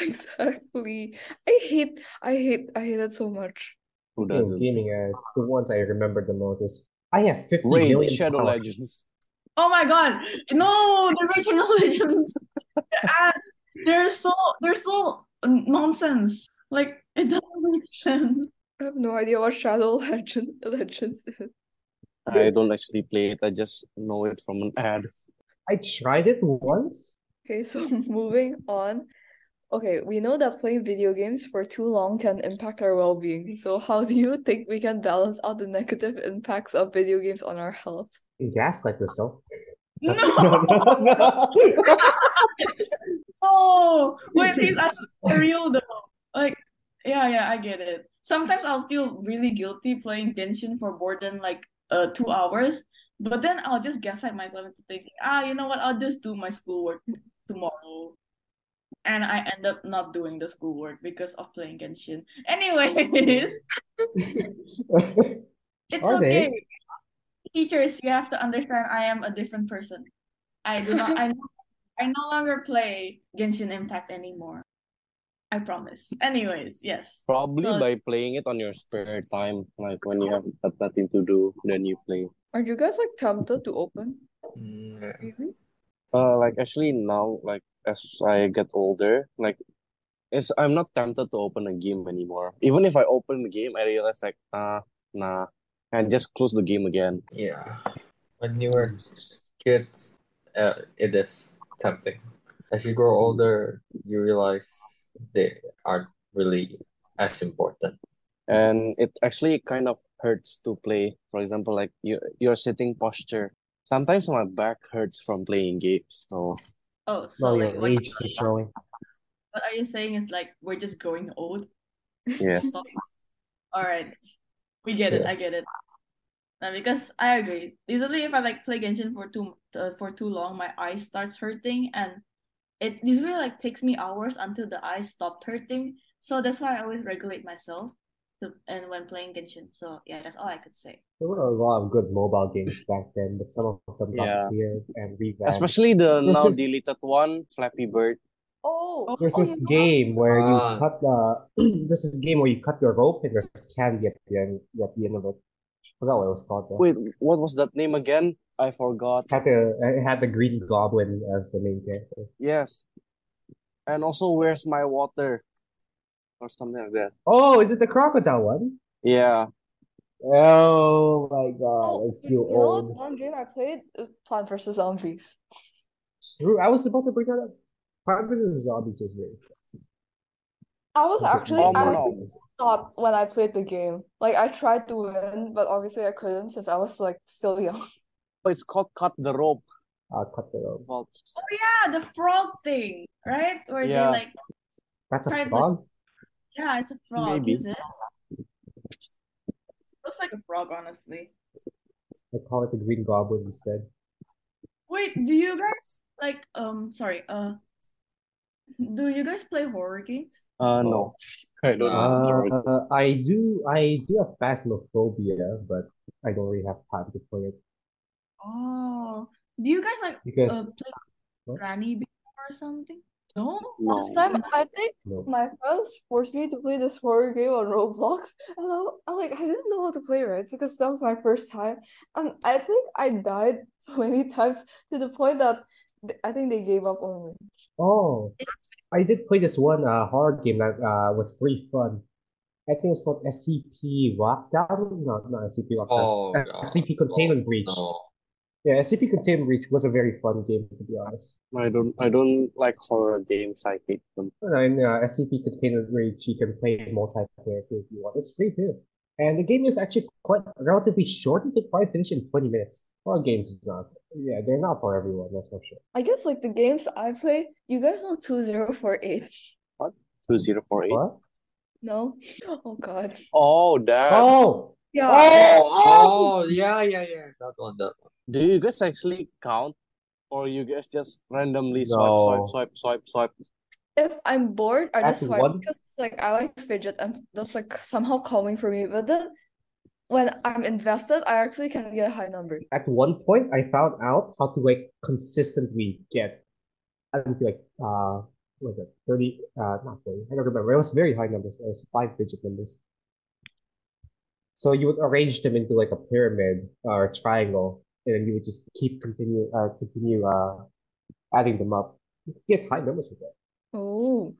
Speaker 2: Exactly. I hate I hate I hate it so much.
Speaker 3: Who
Speaker 5: Speaking of
Speaker 3: doesn't?
Speaker 5: gaming ads, the ones I remember the most is I have 50
Speaker 3: Raid
Speaker 5: billion
Speaker 3: Shadow
Speaker 5: dollars.
Speaker 3: Legends.
Speaker 1: Oh my God, (laughs) no, the original legends, the ads, they're so they're so nonsense. Like it doesn't make sense.
Speaker 2: I have no idea what Shadow (laughs) Legend Legends is.
Speaker 3: I don't actually play it. I just know it from an ad.
Speaker 5: I tried it once.
Speaker 2: Okay, so (laughs) moving on. Okay, we know that playing video games for too long can impact our well-being. So how do you think we can balance out the negative impacts of video games on our health?
Speaker 5: You gaslight yourself.
Speaker 1: No,
Speaker 5: (laughs) no,
Speaker 1: (laughs)
Speaker 5: no. (laughs)
Speaker 1: no. Oh, Wait, these are real though. Like, yeah, yeah, I get it. Sometimes I'll feel really guilty playing Genshin for more than like uh two hours, but then I'll just gaslight myself into thinking, ah, you know what? I'll just do my schoolwork tomorrow, and I end up not doing the schoolwork because of playing Genshin. (laughs) Anyways, it's
Speaker 5: Are they?
Speaker 1: okay. Teachers, you have to understand I am a different person. I do not I no- I no longer play Genshin Impact anymore. I promise. Anyways, yes.
Speaker 3: Probably
Speaker 1: So
Speaker 3: by playing it on your spare time, like when you have got nothing to do, then you play.
Speaker 2: Are you guys like tempted to open?
Speaker 4: Mm, yeah.
Speaker 2: Really?
Speaker 3: Uh, like actually now, like as I get older, like it's I'm not tempted to open a game anymore. Even if I open the game, I realize like ah nah, and just close the game again.
Speaker 4: Yeah. When you were kids, uh, it is tempting. As you
Speaker 3: Mm-hmm.
Speaker 4: grow older, you realize they aren't really as important.
Speaker 3: and it actually kind of hurts to play. For example, like you, your sitting posture. Sometimes my back hurts from playing games. So
Speaker 1: oh so
Speaker 5: Well,
Speaker 1: like
Speaker 5: your
Speaker 1: what
Speaker 5: age is showing.
Speaker 1: what are you saying is like we're just growing old?
Speaker 3: yes,
Speaker 1: Stop. (laughs) All right. We get it, I
Speaker 4: Yes.
Speaker 1: get it. Uh, because I agree. Usually if I like play Genshin for too uh, for too long, my eye starts hurting and it usually like takes me hours until the eyes stopped hurting. So that's why I always regulate myself to, and when playing Genshin. So yeah, that's all I could say.
Speaker 5: There were a lot of good mobile games back then, but some of them got
Speaker 3: yeah.
Speaker 5: cleared and revamped.
Speaker 3: Especially the
Speaker 5: There's
Speaker 3: now
Speaker 5: this
Speaker 3: deleted one, Flappy Bird.
Speaker 2: Oh,
Speaker 1: Oh,
Speaker 5: there's
Speaker 2: oh yeah.
Speaker 5: this game where you
Speaker 4: Ah,
Speaker 5: cut the (clears throat) there's this game where you cut your rope and there's candy at the end at the end of it. forgot what it was called though.
Speaker 3: Wait, what was that name again? I forgot.
Speaker 5: Had the it had the Green Goblin as the main character.
Speaker 3: Yes, and also where's my water or something like that.
Speaker 5: Oh, is it the crocodile one?
Speaker 3: Yeah,
Speaker 5: Oh my
Speaker 2: Oh,
Speaker 5: god, I
Speaker 2: you,
Speaker 5: feel
Speaker 2: you know what
Speaker 5: old.
Speaker 2: one game I played? Uh, Plant vs. Zombies.
Speaker 5: True, I was about to bring that up. Plant vs. Zombies was very
Speaker 2: I was
Speaker 5: was it
Speaker 2: actually I
Speaker 5: Zombies?
Speaker 2: actually
Speaker 3: Omnom.
Speaker 2: stopped when I played the game. Like I tried to win, but obviously I couldn't since I was like
Speaker 5: (laughs)
Speaker 2: still young.
Speaker 3: Oh, it's called Cut the Rope.
Speaker 5: Uh, cut the rope.
Speaker 3: Well,
Speaker 1: Oh, yeah, the frog thing, right? Where they
Speaker 3: yeah,
Speaker 1: like
Speaker 5: That's a
Speaker 1: tried the
Speaker 5: frog.
Speaker 1: yeah, it's a frog,
Speaker 3: maybe.
Speaker 1: is it? Looks like a frog, honestly.
Speaker 5: I call it the Green Goblin instead.
Speaker 1: Wait, do you guys like um sorry, uh do you guys play horror games?
Speaker 3: Uh, no,
Speaker 4: no,
Speaker 3: I don't like
Speaker 4: nah.
Speaker 5: Uh,
Speaker 3: horror.
Speaker 5: I do, I do have phasmophobia, but I don't really have time to play it
Speaker 1: Oh, do you guys like uh
Speaker 5: because
Speaker 1: play
Speaker 5: what?
Speaker 1: Granny before or something? No?
Speaker 3: No.
Speaker 2: Last time I think
Speaker 5: No.
Speaker 2: my friends forced me to play this horror game on Roblox, and I, I like I didn't know how to play right because that was my first time, and I think I died (laughs) so many times to the point that th- I think they gave up on me.
Speaker 5: Oh, I did play this one uh horror game that uh was pretty fun. I think it's called SCP Lockdown. No, not SCP Lockdown.
Speaker 4: Oh god.
Speaker 5: SCP
Speaker 4: Oh
Speaker 5: Containment Breach.
Speaker 4: no.
Speaker 5: Yeah, SCP Containment Breach was a very fun game to be honest.
Speaker 3: I don't I don't like horror games. I hate them.
Speaker 5: And uh, SCP Containment Breach, you can play multiplayer too if you want. It's free too. And the game is actually quite relatively short. You could probably finish in 20 minutes. Horror games is not. Yeah, they're not for everyone, that's for sure.
Speaker 2: I guess like the games I play, you guys know two zero four eight.
Speaker 3: What? 2048?
Speaker 5: What?
Speaker 2: No? Oh God.
Speaker 3: Oh, that.
Speaker 5: Oh!
Speaker 2: Yeah, yeah.
Speaker 5: Oh! Oh!
Speaker 4: Oh yeah, yeah, yeah. That one, that one.
Speaker 3: Do you guys actually count or you guys just randomly swipe, swipe,
Speaker 5: No.
Speaker 3: swipe, swipe, swipe?
Speaker 2: If I'm bored, I
Speaker 5: That's
Speaker 2: just swipe
Speaker 5: one.
Speaker 2: because like I like fidget and that's like somehow calming for me. But then when I'm invested, I actually can get a high number.
Speaker 5: At one point, I found out how to like consistently get I think like uh what was it 30 uh not 30 I don't remember it was very high numbers it was five digit numbers so you would arrange them into like a pyramid or a triangle and then you would just keep continue uh continue uh adding them up you could get high numbers with that
Speaker 2: Oh,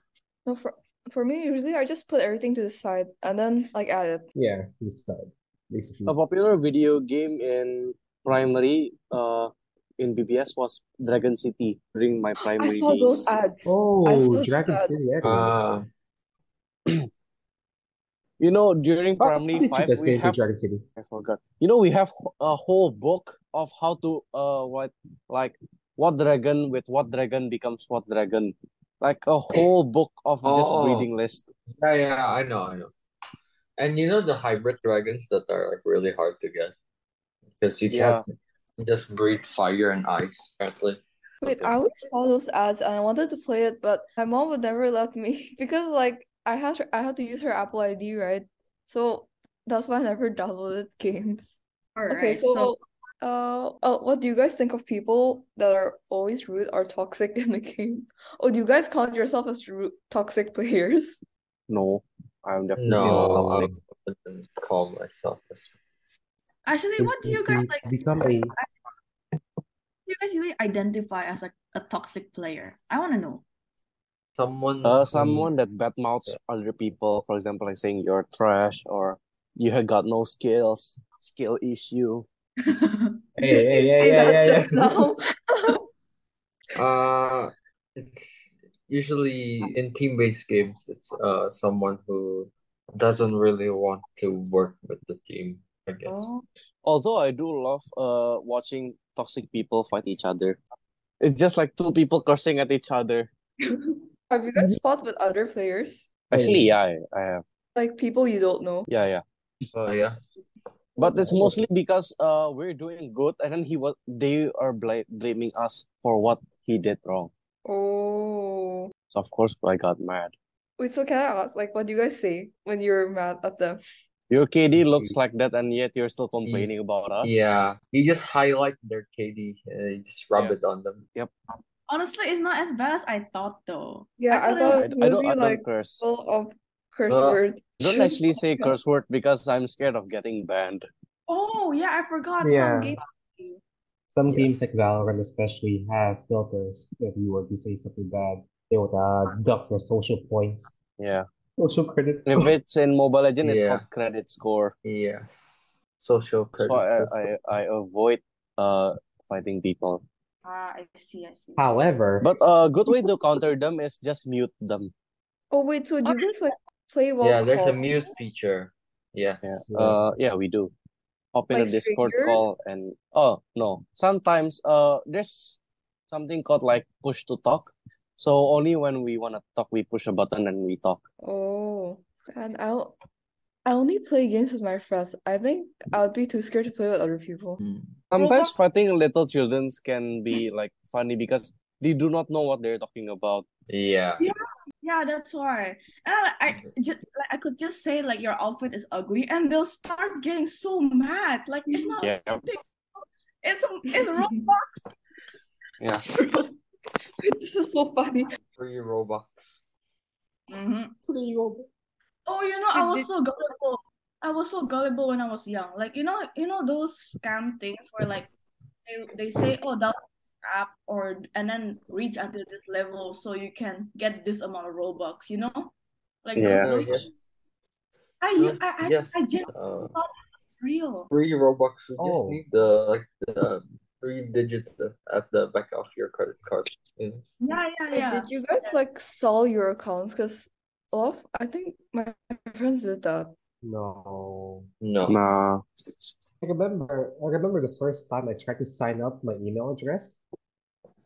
Speaker 2: no, for for me, usually I just put everything to the side and then like add it.
Speaker 5: Yeah, this side. Basically.
Speaker 3: A popular video game in primary, uh, in BBS was Dragon City during my
Speaker 2: I
Speaker 3: primary
Speaker 2: saw those
Speaker 3: days.
Speaker 2: ads.
Speaker 5: Oh,
Speaker 2: saw
Speaker 5: Dragon
Speaker 2: that.
Speaker 5: City Echo.
Speaker 4: Ah,
Speaker 3: You know, during
Speaker 5: How, how
Speaker 3: primary
Speaker 5: did you
Speaker 3: five,
Speaker 5: guys
Speaker 3: we
Speaker 5: get into
Speaker 3: have
Speaker 5: Dragon City?
Speaker 3: I forgot. You know, we have a whole book of how to uh what like what dragon with what dragon becomes what dragon. Like a whole book of just
Speaker 4: oh,
Speaker 3: breeding list.
Speaker 4: yeah, yeah, I know, I know. And you know the hybrid dragons that are like really hard to get because you can't
Speaker 3: Yeah.
Speaker 4: just breathe fire and ice, apparently.
Speaker 2: Wait,
Speaker 4: Something.
Speaker 2: I always saw those ads and I wanted to play it, but my mom would never let me (laughs) because like I had her, I had to use her Apple ID, right? So that's why I never downloaded games.
Speaker 1: All
Speaker 2: Okay,
Speaker 1: right. So
Speaker 2: so uh, oh, what do you guys think of people that are always rude or toxic in the game? Oh, do you guys count yourself as rude, toxic players?
Speaker 3: No, I'm definitely not
Speaker 4: No, I
Speaker 3: toxic.
Speaker 5: No.
Speaker 4: wouldn't call myself. a s-
Speaker 1: actually,
Speaker 5: To,
Speaker 1: what do
Speaker 5: to,
Speaker 1: you guys
Speaker 5: see,
Speaker 1: like?
Speaker 5: to become a
Speaker 1: You guys really identify as like a toxic player. I want to know.
Speaker 4: Someone
Speaker 3: Uh,
Speaker 4: who
Speaker 3: someone that badmouths other people, for example, like saying you're trash or you have got no skills, skill issue.
Speaker 5: Hey,
Speaker 2: Did
Speaker 5: hey,
Speaker 2: you
Speaker 5: yeah,
Speaker 2: (laughs) say
Speaker 5: yeah,
Speaker 2: that
Speaker 5: yeah,
Speaker 2: just
Speaker 5: yeah. (laughs)
Speaker 2: now? (laughs)
Speaker 4: Uh, it's usually in team-based games, it's uh someone who doesn't really want to work with the team, I guess.
Speaker 1: Oh,
Speaker 3: Although I do love uh watching toxic people fight each other. It's just like two people cursing at each other.
Speaker 2: Have you guys fought with other players?
Speaker 3: Actually,
Speaker 5: Wait,
Speaker 3: yeah, I, I have.
Speaker 2: Like people you don't know?
Speaker 3: Yeah, yeah.
Speaker 4: Oh yeah.
Speaker 3: But it's
Speaker 5: what?
Speaker 3: mostly because uh we're doing good and then he was they are bla- blaming us for what he did wrong.
Speaker 2: Oh.
Speaker 3: So of course I got mad.
Speaker 2: Wait, so can I ask, like, what do you guys say when you're mad at them?
Speaker 3: Your KD looks
Speaker 5: She,
Speaker 3: like that and yet you're still
Speaker 4: Y-
Speaker 3: complaining about us.
Speaker 4: Yeah, you just highlight their KD and you just rub
Speaker 3: Yeah.
Speaker 4: it on them.
Speaker 3: Yep.
Speaker 1: honestly, it's not as bad as I thought though. I
Speaker 2: Yeah, I
Speaker 1: thought it was
Speaker 3: Yeah, I, d-
Speaker 2: thought
Speaker 3: I
Speaker 2: you'll
Speaker 3: don't
Speaker 2: be
Speaker 3: I don't
Speaker 2: like
Speaker 3: curse.
Speaker 2: full of curse
Speaker 4: Uh,
Speaker 2: words.
Speaker 3: I don't actually say curse word because I'm scared of getting banned.
Speaker 1: Oh yeah, I forgot some
Speaker 5: yeah.
Speaker 1: game.
Speaker 5: Some games
Speaker 4: yes.
Speaker 5: like Valorant especially have filters. If you were to say something bad, they would uh, dock your social points,
Speaker 3: Yeah.
Speaker 5: social credits.
Speaker 3: If it's in Mobile Legends, it's
Speaker 4: Yeah.
Speaker 3: called credit score.
Speaker 4: Yes. Social
Speaker 3: That's
Speaker 4: credit
Speaker 3: why I,
Speaker 4: system.
Speaker 3: I, I avoid uh fighting people.
Speaker 1: Ah, I see, I see.
Speaker 5: However,
Speaker 3: But a good way to counter them is just mute them.
Speaker 2: Oh, wait, so do you guys like play while
Speaker 4: Yeah, there's a
Speaker 2: calling,
Speaker 4: mute feature.
Speaker 3: Yeah.
Speaker 4: Yes.
Speaker 5: yeah,
Speaker 3: Uh yeah, we do. Hop in a
Speaker 2: like
Speaker 3: Discord
Speaker 2: strangers?
Speaker 3: call and oh no. Sometimes uh there's something called like push to talk. So only when we wanna talk we push a button and we talk.
Speaker 2: Oh, and I'll I only play games with my friends. I think I would be too scared to play with other people.
Speaker 4: Mm.
Speaker 3: Sometimes
Speaker 1: Roblox.
Speaker 3: fighting little children can be like funny because they do not know what they're talking about.
Speaker 4: Yeah.
Speaker 1: Yeah, yeah, that's why. And like, I
Speaker 3: Mm-hmm.
Speaker 1: just like I could just say like your outfit is ugly, and they'll start getting so mad. Like it's not (laughs)
Speaker 3: Yeah.
Speaker 1: a big, it's it's Roblox.
Speaker 3: Yes.
Speaker 2: Wait, (laughs) this is so funny.
Speaker 4: Free Robux.
Speaker 1: Mhm.
Speaker 5: pretty old.
Speaker 1: Oh, you know, I
Speaker 2: Wait,
Speaker 1: was
Speaker 2: did
Speaker 1: so gullible. I was so gullible when I was young. Like you know, you know those scam things where like they they say, oh, download this app or and then reach until this level so you can get this amount of Robux. You know, like those
Speaker 3: Yeah.
Speaker 4: Uh,
Speaker 1: those.
Speaker 4: yes.
Speaker 1: I
Speaker 4: Uh,
Speaker 1: u- I I I
Speaker 4: yes.
Speaker 1: genuinely
Speaker 4: Uh,
Speaker 1: thought it's real.
Speaker 4: free Robux. You just
Speaker 5: Oh,
Speaker 4: need the like the um, three digits at the back of your credit card. You know?
Speaker 1: Yeah, yeah,
Speaker 2: wait,
Speaker 1: yeah.
Speaker 2: did you guys like sell your accounts? Because a lot of I think my friends did
Speaker 1: (laughs)
Speaker 2: that.
Speaker 5: no.
Speaker 4: No.
Speaker 3: Nah.
Speaker 5: I remember, I remember the first time I tried to sign up my email address.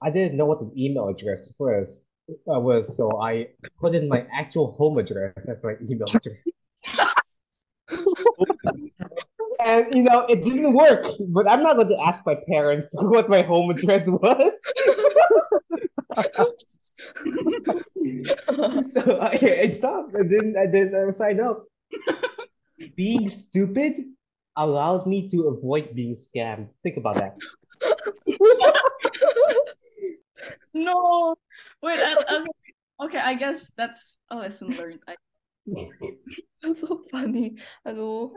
Speaker 5: I didn't know what an email address was, uh, was so I put in my actual home address as my email address. (laughs) And you know, it didn't work, but I'm not going to ask my parents (laughs) what my home address was. (laughs) So I, I stopped. I didn't. I didn't uh, sign up. Being stupid allowed me to avoid being scammed. Think about that.
Speaker 1: No, wait. I, I, (laughs) okay, I guess that's a lesson learned. I,
Speaker 2: That's so funny. I know.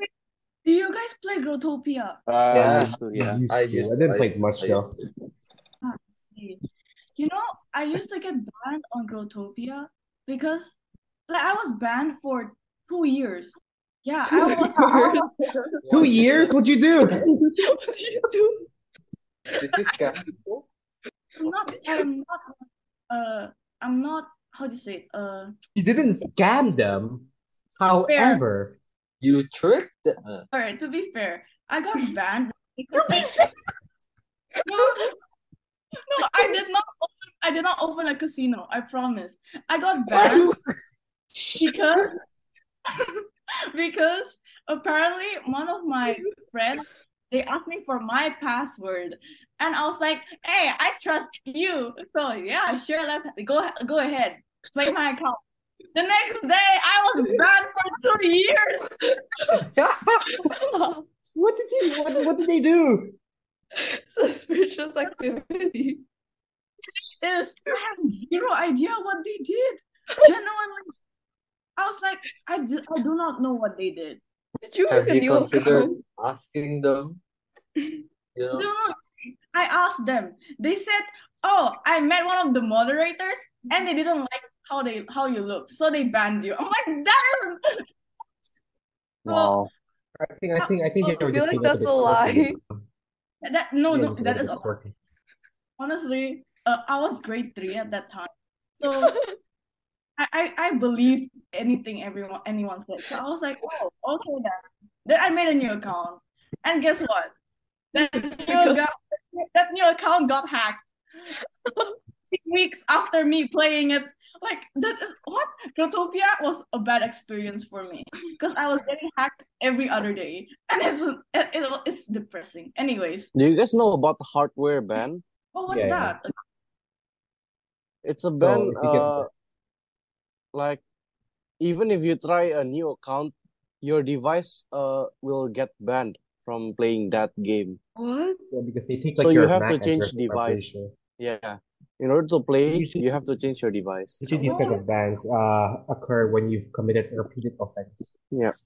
Speaker 1: do you guys play Grotopia?
Speaker 3: I
Speaker 4: Yeah.
Speaker 3: used
Speaker 5: I
Speaker 3: to, yeah.
Speaker 4: I
Speaker 5: used to. I
Speaker 4: used
Speaker 5: didn't
Speaker 4: I
Speaker 5: play
Speaker 4: used
Speaker 5: much
Speaker 4: I used
Speaker 5: though.
Speaker 4: to.
Speaker 1: Ah, I see. You know, I used to get banned on Grotopia because Like I was banned for two years. (laughs) Yeah, I was.
Speaker 2: (laughs)
Speaker 5: Two years? What'd you do?
Speaker 2: what do you do?
Speaker 4: Did you scam people?
Speaker 1: I'm not. I'm not. Uh, I'm not. How do you say? It? Uh,
Speaker 5: You didn't scam them. However,
Speaker 4: You tricked them.
Speaker 1: all right. To be fair, I got banned. because (laughs) I- no, no, I did not. Open, I did not open a casino. I promise. I got
Speaker 5: (laughs)
Speaker 1: banned. because (laughs) because apparently one of my friends they asked me for my password and I was like, "Hey, I trust you." So yeah, sure, let's go go ahead, play my account. The next day, I was banned for two years.
Speaker 5: what did you what, what did they do?
Speaker 2: (laughs) Suspicious activity.
Speaker 1: Is I have zero idea what they did. Genuinely, I was like, I do, I do not know what they did.
Speaker 2: Did you
Speaker 4: Have
Speaker 2: make a
Speaker 4: you
Speaker 2: new
Speaker 4: considered
Speaker 2: account?
Speaker 1: "Oh."
Speaker 4: asking
Speaker 1: (laughs)
Speaker 4: them? You
Speaker 1: No,
Speaker 4: know,
Speaker 1: no, I asked them. They said, "Oh, I met one of the moderators, and they didn't like how they how you looked, so they banned you." I'm like, "Damn!"
Speaker 3: Wow.
Speaker 5: I think I think I think
Speaker 1: Oh,
Speaker 5: they were
Speaker 2: I
Speaker 5: just
Speaker 2: feel like
Speaker 5: being a little
Speaker 2: that's
Speaker 5: bit
Speaker 2: a lie.
Speaker 5: quirky.
Speaker 1: That no,
Speaker 5: They were
Speaker 1: no,
Speaker 5: just a
Speaker 1: that
Speaker 5: little
Speaker 1: is
Speaker 5: bit quirky.
Speaker 1: honestly, uh, I was grade three at that time, so I, I I believed anything everyone anyone said. So I was like, "Oh, okay then." Then I made a new account, and guess what? That new account, that new account got hacked. six weeks after me playing it. Like that is what Grotopia was a bad experience for me because I was getting hacked every other day, and it's it, it- it's depressing. Anyways,
Speaker 3: Do you guys know about the hardware ban?
Speaker 1: oh, what's
Speaker 5: Yeah, yeah.
Speaker 1: that?
Speaker 3: It's a
Speaker 5: So
Speaker 3: ban.
Speaker 5: if you get
Speaker 3: Uh, like even if you try a new account, your device uh will get banned from playing that game.
Speaker 2: (laughs) What?
Speaker 5: yeah, because they take
Speaker 3: So
Speaker 5: like
Speaker 3: you
Speaker 5: your
Speaker 3: have to
Speaker 5: MAC
Speaker 3: change
Speaker 5: address, I'm pretty
Speaker 3: device.
Speaker 5: sure.
Speaker 3: Yeah. In order to play it,
Speaker 5: Usually
Speaker 3: you have to change your device.
Speaker 5: usually these kinds
Speaker 1: Oh,
Speaker 5: of bans uh occur when you've committed a repeated offense.
Speaker 3: Yeah.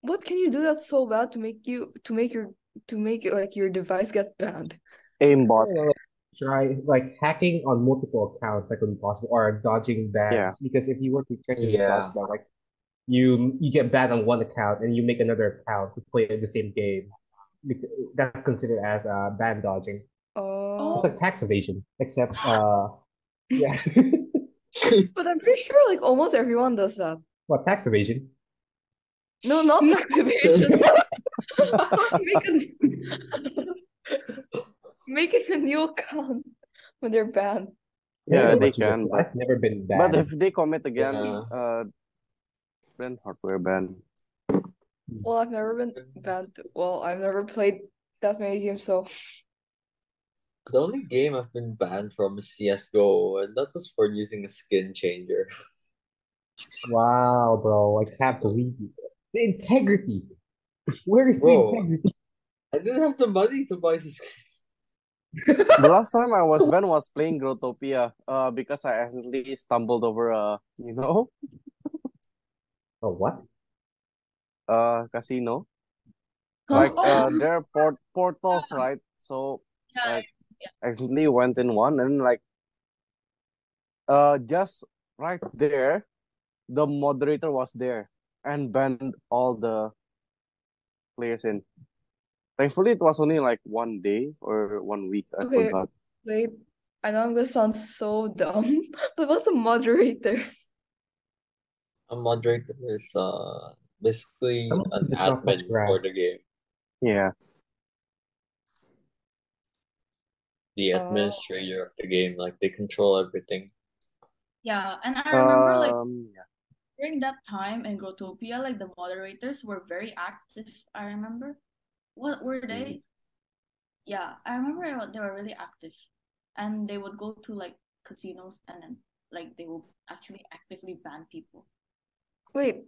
Speaker 2: What can you do that's so bad to make you to make your to make like your device get banned?
Speaker 3: Aimbot.
Speaker 5: Well, like, try like hacking on multiple accounts that could be possible or dodging
Speaker 3: Yeah.
Speaker 5: bans because if you were to try to dodge
Speaker 4: yeah.
Speaker 5: ban, like you you get banned on one account and you make another account to play the same game. Bec- That's considered as uh ban dodging. It's
Speaker 2: Oh,
Speaker 5: like tax evasion, except uh yeah. (laughs)
Speaker 2: but I'm pretty sure like almost everyone does that.
Speaker 5: What tax evasion?
Speaker 2: No, not tax evasion. (laughs) Make a new, making a new account when they're banned.
Speaker 5: I don't
Speaker 3: Yeah,
Speaker 5: know
Speaker 3: they
Speaker 5: about you guys,
Speaker 3: can,
Speaker 5: but
Speaker 3: but
Speaker 5: I've never been
Speaker 3: but if
Speaker 5: banned.
Speaker 3: they commit again,
Speaker 4: Yeah.
Speaker 3: uh, then hardware ban.
Speaker 2: Well, I've never been banned. Well, I've never played that many games, so
Speaker 4: The only game I've been banned from is CSGO, and that was for using a skin changer.
Speaker 5: Wow, bro, I can't believe you. The integrity. Where is the
Speaker 4: Bro,
Speaker 5: integrity?
Speaker 4: I didn't have the money to buy these skins.
Speaker 3: The last time I was
Speaker 5: So
Speaker 3: banned was playing Grotopia, uh, because I accidentally stumbled over a, you know,
Speaker 5: Oh, what?
Speaker 3: uh,
Speaker 1: (gasps)
Speaker 3: casino.
Speaker 2: huh?
Speaker 3: Like,
Speaker 1: oh
Speaker 3: uh, there are port portals, right? So,
Speaker 1: yeah,
Speaker 5: Uh,
Speaker 3: like, accidentally went in one, and like, uh, just right there, the moderator was there and banned all the players in. Thankfully, it was only like one day or one week. I
Speaker 2: Okay,
Speaker 3: forgot.
Speaker 2: (laughs) wait. I know I'm gonna sound so dumb, (laughs) but what's a moderator?
Speaker 4: A moderator is uh basically
Speaker 5: Someone
Speaker 4: an
Speaker 5: who does not touch
Speaker 4: admin for the
Speaker 5: grass.
Speaker 4: game.
Speaker 3: Yeah.
Speaker 4: The
Speaker 2: Oh,
Speaker 4: administrator of the game, like they control everything.
Speaker 1: yeah. And I remember like
Speaker 3: Um. Yeah.
Speaker 1: during that time in Grotopia, like the moderators were very active. I remember. What were
Speaker 3: Mm.
Speaker 1: they? Yeah, I remember they were they were really active, and they would go to like casinos and then like they will actually actively ban people.
Speaker 2: wait.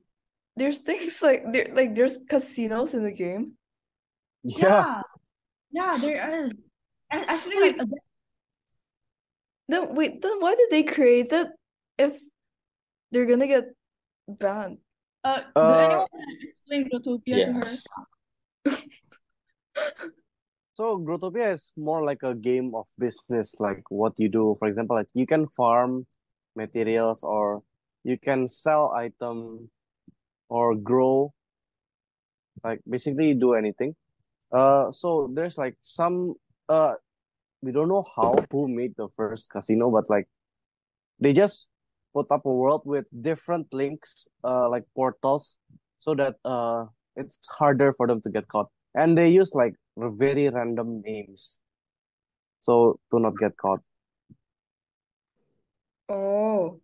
Speaker 2: There's things like there like there's casinos in the game.
Speaker 3: Yeah.
Speaker 1: Yeah. Yeah, there is. And actually, like,
Speaker 2: Wait,
Speaker 1: a-
Speaker 2: then wait, then why did they create it if they're gonna get banned?
Speaker 1: uh, do
Speaker 3: Uh.
Speaker 1: anyone want to explain Grotopia to her?
Speaker 4: Yes.
Speaker 3: So Grotopia is more like a game of business, like what you do. For example, like you can farm materials or you can sell item or grow like basically do anything uh so there's like some uh we don't know how who made the first casino but like they just put up a world with different links uh like portals so that uh it's harder for them to get caught and they use like very random names so to not get caught
Speaker 2: Oh,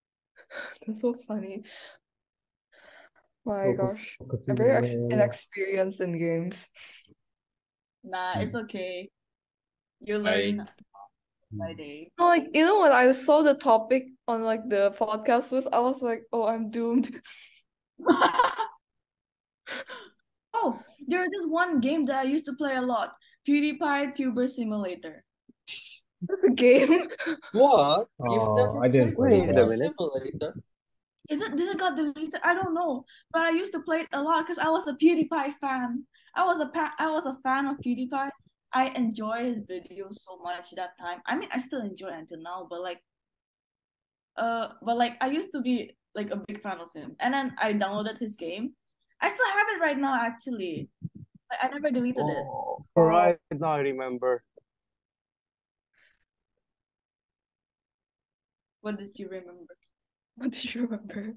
Speaker 2: (laughs) that's so funny. My
Speaker 5: Local
Speaker 2: gosh. I'm
Speaker 5: casino.
Speaker 2: very ex inexperienced in games.
Speaker 1: Nah, it's okay. You
Speaker 4: I-
Speaker 1: learn by day.
Speaker 2: No, Like, you know, when I saw the topic on like the podcast list, I was like, oh, I'm doomed.
Speaker 1: (laughs)
Speaker 2: (laughs)
Speaker 1: oh, there's this one game that I used to play a lot. PewDiePie Tuber Simulator.
Speaker 2: That's a game. (laughs)
Speaker 4: What?
Speaker 5: Oh,
Speaker 4: You've never
Speaker 5: I didn't
Speaker 4: played eh? Tuber
Speaker 5: play that.
Speaker 3: Wait a minute.
Speaker 4: Simulator?
Speaker 5: (laughs)
Speaker 1: Is it did it got deleted? I don't know. But I used to play it a lot because I was a PewDiePie fan. I was a pa- I was a fan of PewDiePie. I enjoy his videos so much that time. I mean, I still enjoy until now, but like, uh, but like I used to be like a big fan of him, and then I downloaded his game. I still have it right now, actually. Like, I never deleted it.
Speaker 3: oh, right now i remember
Speaker 1: What did you remember?
Speaker 2: What do you remember?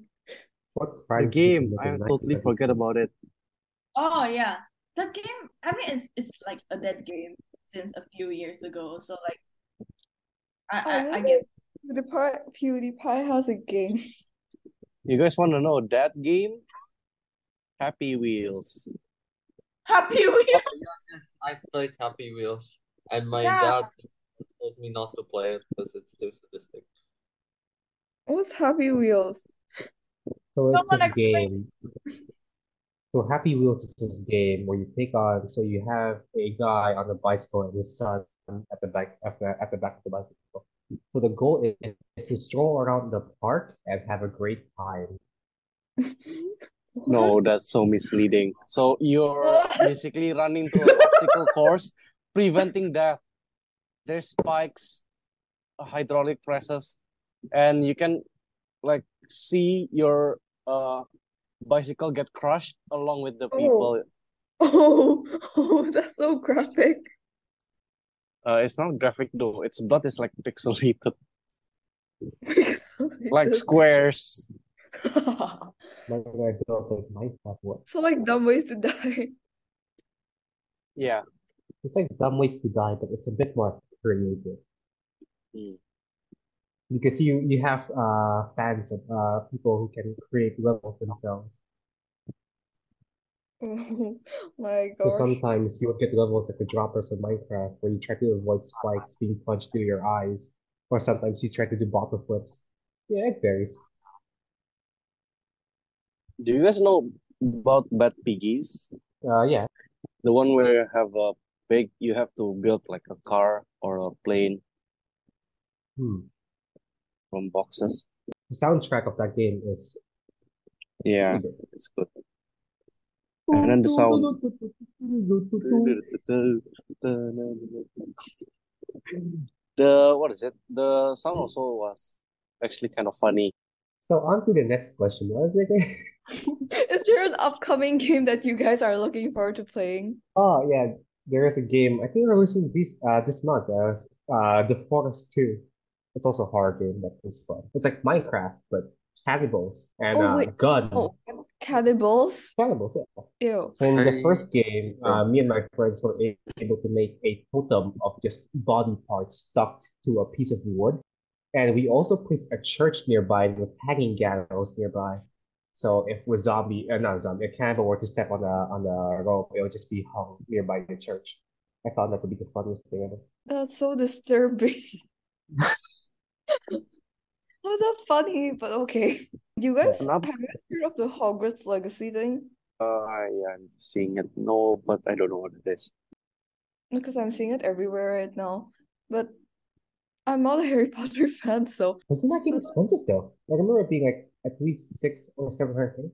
Speaker 5: What
Speaker 3: the
Speaker 5: crimes did you
Speaker 3: game
Speaker 5: commit
Speaker 3: i
Speaker 5: in
Speaker 3: totally forget
Speaker 5: 1996?
Speaker 3: about it
Speaker 1: Oh yeah, that game. I mean, it's it's like a dead game since a few years ago. So like,
Speaker 2: I
Speaker 1: I I, I
Speaker 2: didn't
Speaker 1: get
Speaker 2: know PewDiePie, PewDiePie has a game. (laughs)
Speaker 3: you guys want to know that game happy wheels
Speaker 1: happy (laughs) with
Speaker 4: Oh, yes, yes. I played Happy Wheels, and my
Speaker 1: Yeah.
Speaker 4: dad told me not to play it because it's too sadistic.
Speaker 2: What's Happy Wheels? (laughs)
Speaker 5: So it's
Speaker 1: Someone
Speaker 5: this
Speaker 1: explain.
Speaker 5: game. So Happy Wheels is this game where you take on. So you have a guy on a bicycle and his son at the back at the, at the back of the bicycle. So the goal is, is to stroll around the park and have a great time.
Speaker 2: What?
Speaker 3: No, that's so misleading. So you're basically running through an obstacle course, preventing death. There's spikes, hydraulic presses, and you can like see your uh bicycle get crushed along with the people.
Speaker 2: (laughs) Oh, oh, that's so graphic. (laughs)
Speaker 3: Uh, it's not graphic though. Its blood is like pixelated, like squares.
Speaker 5: Like when I built like Minecraft, what?
Speaker 2: (laughs) So like dumb ways to die. (laughs)
Speaker 3: Yeah.
Speaker 5: It's like dumb ways to die, but it's a bit more creative
Speaker 3: Mm.
Speaker 5: because you you have uh fans and uh people who can create levels themselves.
Speaker 2: Oh my
Speaker 5: So
Speaker 2: gosh.
Speaker 5: sometimes you would get levels like the droppers of Minecraft where you try to avoid spikes being punched through your eyes, or sometimes you try to do bottle flips. Yeah, it varies.
Speaker 3: Do you guys know about Bad Piggies?
Speaker 5: Uh, yeah,
Speaker 3: The one where you have a big, you have to build like a car or a plane
Speaker 5: hmm.
Speaker 3: from boxes.
Speaker 5: The soundtrack of that game is
Speaker 3: Yeah,
Speaker 5: pretty good.
Speaker 3: it's good. And then the sound. The what is it? The sound also was actually kind of funny.
Speaker 5: So on to the next question. What is it? again? (laughs)
Speaker 2: (laughs) Is there an upcoming game that you guys are looking forward to playing?
Speaker 5: Oh yeah, there is a game. I think releasing this uh this month. Uh, it's, uh, The Forest Two. It's also a horror game that is fun. It's like Minecraft, but cannibals and
Speaker 2: Oh
Speaker 5: uh
Speaker 2: wait,
Speaker 5: gun
Speaker 2: oh, cannibals?
Speaker 5: cannibals. Yeah.
Speaker 2: Ew.
Speaker 5: In the
Speaker 4: I-
Speaker 5: first game,
Speaker 4: Yeah.
Speaker 5: uh, me and my friends were a- able to make a totem of just body parts stuck to a piece of wood. And we also placed a church nearby with hanging gallows nearby. So if a zombie, uh, not a zombie, a cannibal were to step on a on a rope, it would just be hung nearby the church. I found that to be the funniest thing ever.
Speaker 2: That's so disturbing. (laughs) How is that Oh, funny? But okay. You guys
Speaker 5: Yeah.
Speaker 3: Another,
Speaker 2: have you guys heard of the Hogwarts Legacy thing?
Speaker 3: uh, yeah, I'm seeing it. No, but I don't know what it is.
Speaker 2: Because I'm seeing it everywhere right now. But I'm not a Harry Potter (laughs) fan, so
Speaker 5: Wasn't that game expensive though? I remember it being like at least six or seven hundred.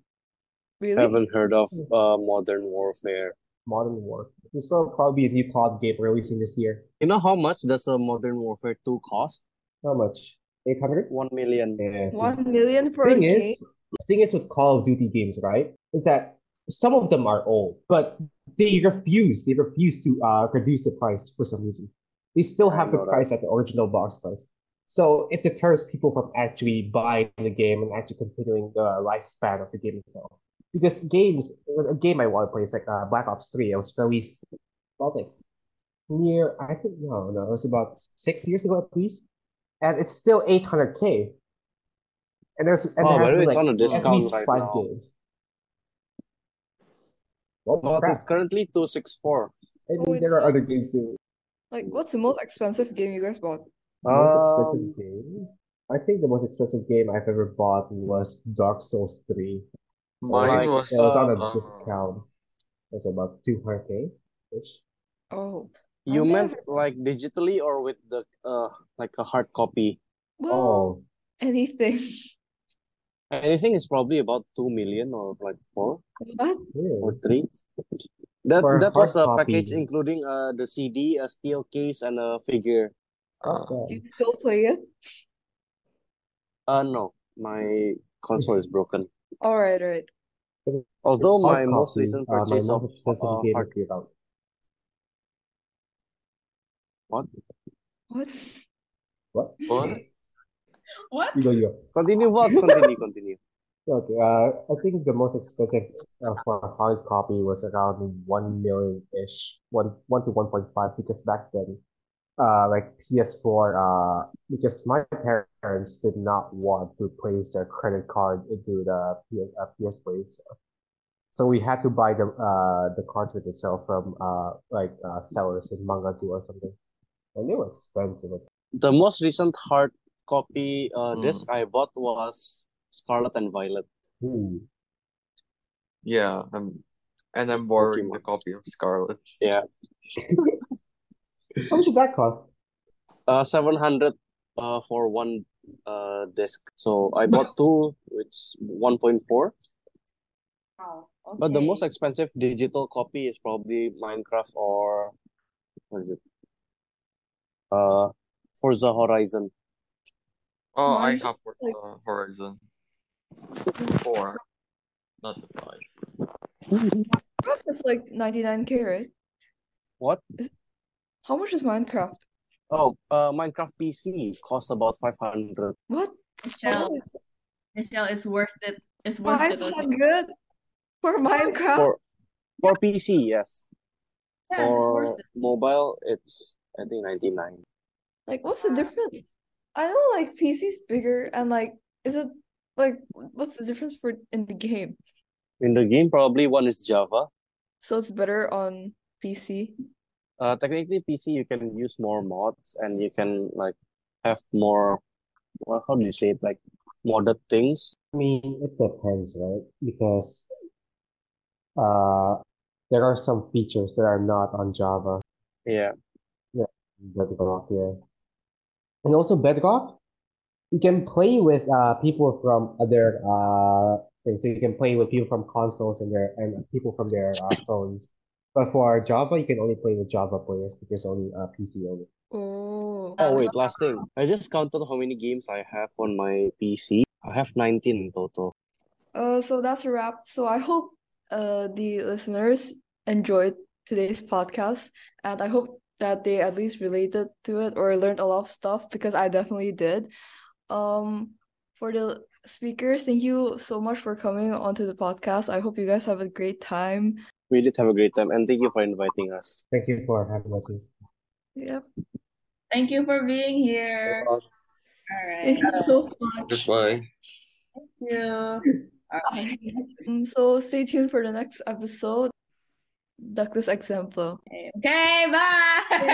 Speaker 2: really?
Speaker 3: Haven't heard of uh, Modern Warfare.
Speaker 5: Modern War. This will probably be a new COD game releasing this year.
Speaker 3: You know how much does a Modern Warfare 2 cost?
Speaker 5: How much? eight hundred.
Speaker 3: One million.
Speaker 5: Yes.
Speaker 2: One million for
Speaker 5: thing
Speaker 2: a
Speaker 5: is,
Speaker 2: game?
Speaker 5: thing is with Call of Duty games, right? Is that some of them are old, but they refuse. They refuse to uh, reduce the price for some reason. They still
Speaker 3: I
Speaker 5: have the
Speaker 3: know that.
Speaker 5: price at the original box price. So it deters people from actually buying the game and actually continuing the lifespan of the game itself. Because games, a game I want to play is like uh, Black Ops 3. It was released about like near, I think, no, no, it was about six years ago at least. And it's still 800K. And there's, and
Speaker 3: Oh, but
Speaker 5: it has been,
Speaker 3: it's
Speaker 5: like,
Speaker 3: on a
Speaker 5: at
Speaker 3: discount
Speaker 5: least
Speaker 3: right
Speaker 5: five
Speaker 3: now.
Speaker 5: games. Well,
Speaker 3: Because
Speaker 5: crap.
Speaker 3: it's currently 264.
Speaker 5: I
Speaker 2: Oh,
Speaker 5: mean, there
Speaker 2: it's
Speaker 5: are
Speaker 2: like-
Speaker 5: other games too.
Speaker 2: Like, what's the most expensive game you guys bought?
Speaker 5: Most
Speaker 3: Um,
Speaker 5: expensive game? I think the most expensive game I've ever bought was Dark Souls 3.
Speaker 4: Mine
Speaker 3: like,
Speaker 4: was
Speaker 5: It was on
Speaker 3: uh,
Speaker 5: a
Speaker 4: uh,
Speaker 5: discount. It was about 200k ish.
Speaker 2: Oh, I
Speaker 3: you
Speaker 2: don't think
Speaker 3: meant
Speaker 2: I've-
Speaker 3: like digitally or with the uh, like a hard copy?
Speaker 2: well,
Speaker 5: Oh,
Speaker 2: anything. (laughs)
Speaker 3: Anything is probably about 2 million or like 4
Speaker 2: What?
Speaker 5: yeah.
Speaker 3: or 3. That
Speaker 5: For a
Speaker 3: that was
Speaker 5: hard
Speaker 3: a package
Speaker 5: copy.
Speaker 3: including uh the CD, a steel case, and a figure.
Speaker 5: Oh,
Speaker 4: uh,
Speaker 2: You
Speaker 5: damn.
Speaker 2: still play it?
Speaker 3: Uh, no, my console is broken.
Speaker 2: All right, all right.
Speaker 5: It's
Speaker 3: Although my
Speaker 5: hard
Speaker 3: most
Speaker 5: copy.
Speaker 3: recent
Speaker 5: Uh, my
Speaker 3: purchase of
Speaker 5: most expensive
Speaker 3: uh
Speaker 5: game
Speaker 3: hard
Speaker 5: would be about
Speaker 3: what?
Speaker 2: What?
Speaker 5: what?
Speaker 4: what?
Speaker 1: What?
Speaker 5: You go, you go.
Speaker 3: Continue,
Speaker 5: (laughs)
Speaker 3: what's continue, continue.
Speaker 5: Okay. Uh, I think the most expensive uh, for a hard copy was around one million ish, one one to one point five, because back then uh like PS4 uh because my parents did not want to place their credit card into the PS, uh, PS4 store. So we had to buy the uh the cartridge itself from uh like uh sellers in Mangatu or something. And they were expensive.
Speaker 3: The most recent hard copy uh
Speaker 4: Hmm.
Speaker 3: disc I bought was Scarlet and Violet
Speaker 5: Ooh.
Speaker 4: Yeah, I'm, and I'm borrowing the
Speaker 3: Pokemon.
Speaker 4: copy of Scarlet.
Speaker 3: Yeah.
Speaker 5: How much did that cost?
Speaker 3: Uh, 700 uh for one uh disc. So I bought two, which 1.4.
Speaker 1: Wow.
Speaker 3: But the most
Speaker 1: Okay.
Speaker 3: expensive digital copy is probably Minecraft or what is it? Uh, Forza Horizon.
Speaker 4: Oh, I
Speaker 2: Mine was
Speaker 4: have Hor-
Speaker 2: like,
Speaker 4: uh, Horizon 4, not the 5.
Speaker 2: Minecraft is like 99k, right?
Speaker 3: What?
Speaker 2: How much is Minecraft?
Speaker 3: Oh, uh, Minecraft PC costs about 500.
Speaker 2: What?
Speaker 1: Michelle,
Speaker 2: Oh,
Speaker 1: Michelle, it's worth it. It's worth it. okay?
Speaker 2: 500 for Minecraft?
Speaker 3: For for PC, yes.
Speaker 1: Yes, Ah. it's worth
Speaker 3: For mobile, it's I think 99.
Speaker 2: Like, what's the
Speaker 1: it.
Speaker 2: difference? I know, like, PC's bigger, and like, is it like, what's the difference for in the game?
Speaker 3: In the game, probably one is Java.
Speaker 2: So it's better on PC.
Speaker 3: Uh, technically PC, you can use more mods and you can like have more, well, how do you say it? Like modded things.
Speaker 5: I mean, it depends, right? Because uh there are some features that are not on Java.
Speaker 3: Yeah.
Speaker 5: Yeah, Bedrock, yeah. And also Bedrock. You can play with uh people from other uh things. So you can play with people from consoles and their and people from their uh phones. But for Java, you can only play with Java players because only uh PC only.
Speaker 3: Oh
Speaker 2: Oh,
Speaker 1: Um,
Speaker 3: wait, last thing. I just counted how many games I have on my PC. I have 19 in total.
Speaker 2: uh, so that's a wrap. So I hope uh the listeners enjoyed today's podcast, and I hope that they at least related to it or learned a lot of stuff because I definitely did. Um, for the speakers, thank you so much for coming onto the podcast. I hope you guys have a great time.
Speaker 3: We did have a great time and thank you for inviting us.
Speaker 5: Thank you for having us here.
Speaker 2: Yep.
Speaker 1: thank you for being here.
Speaker 4: Goodbye.
Speaker 1: All
Speaker 2: Thank
Speaker 1: right.
Speaker 2: you so much.
Speaker 4: Goodbye.
Speaker 1: Thank you. All right.
Speaker 2: Alright.
Speaker 1: (laughs)
Speaker 2: Mm, So stay tuned for the next episode, Douglas Exemplo.
Speaker 1: Okay, bye.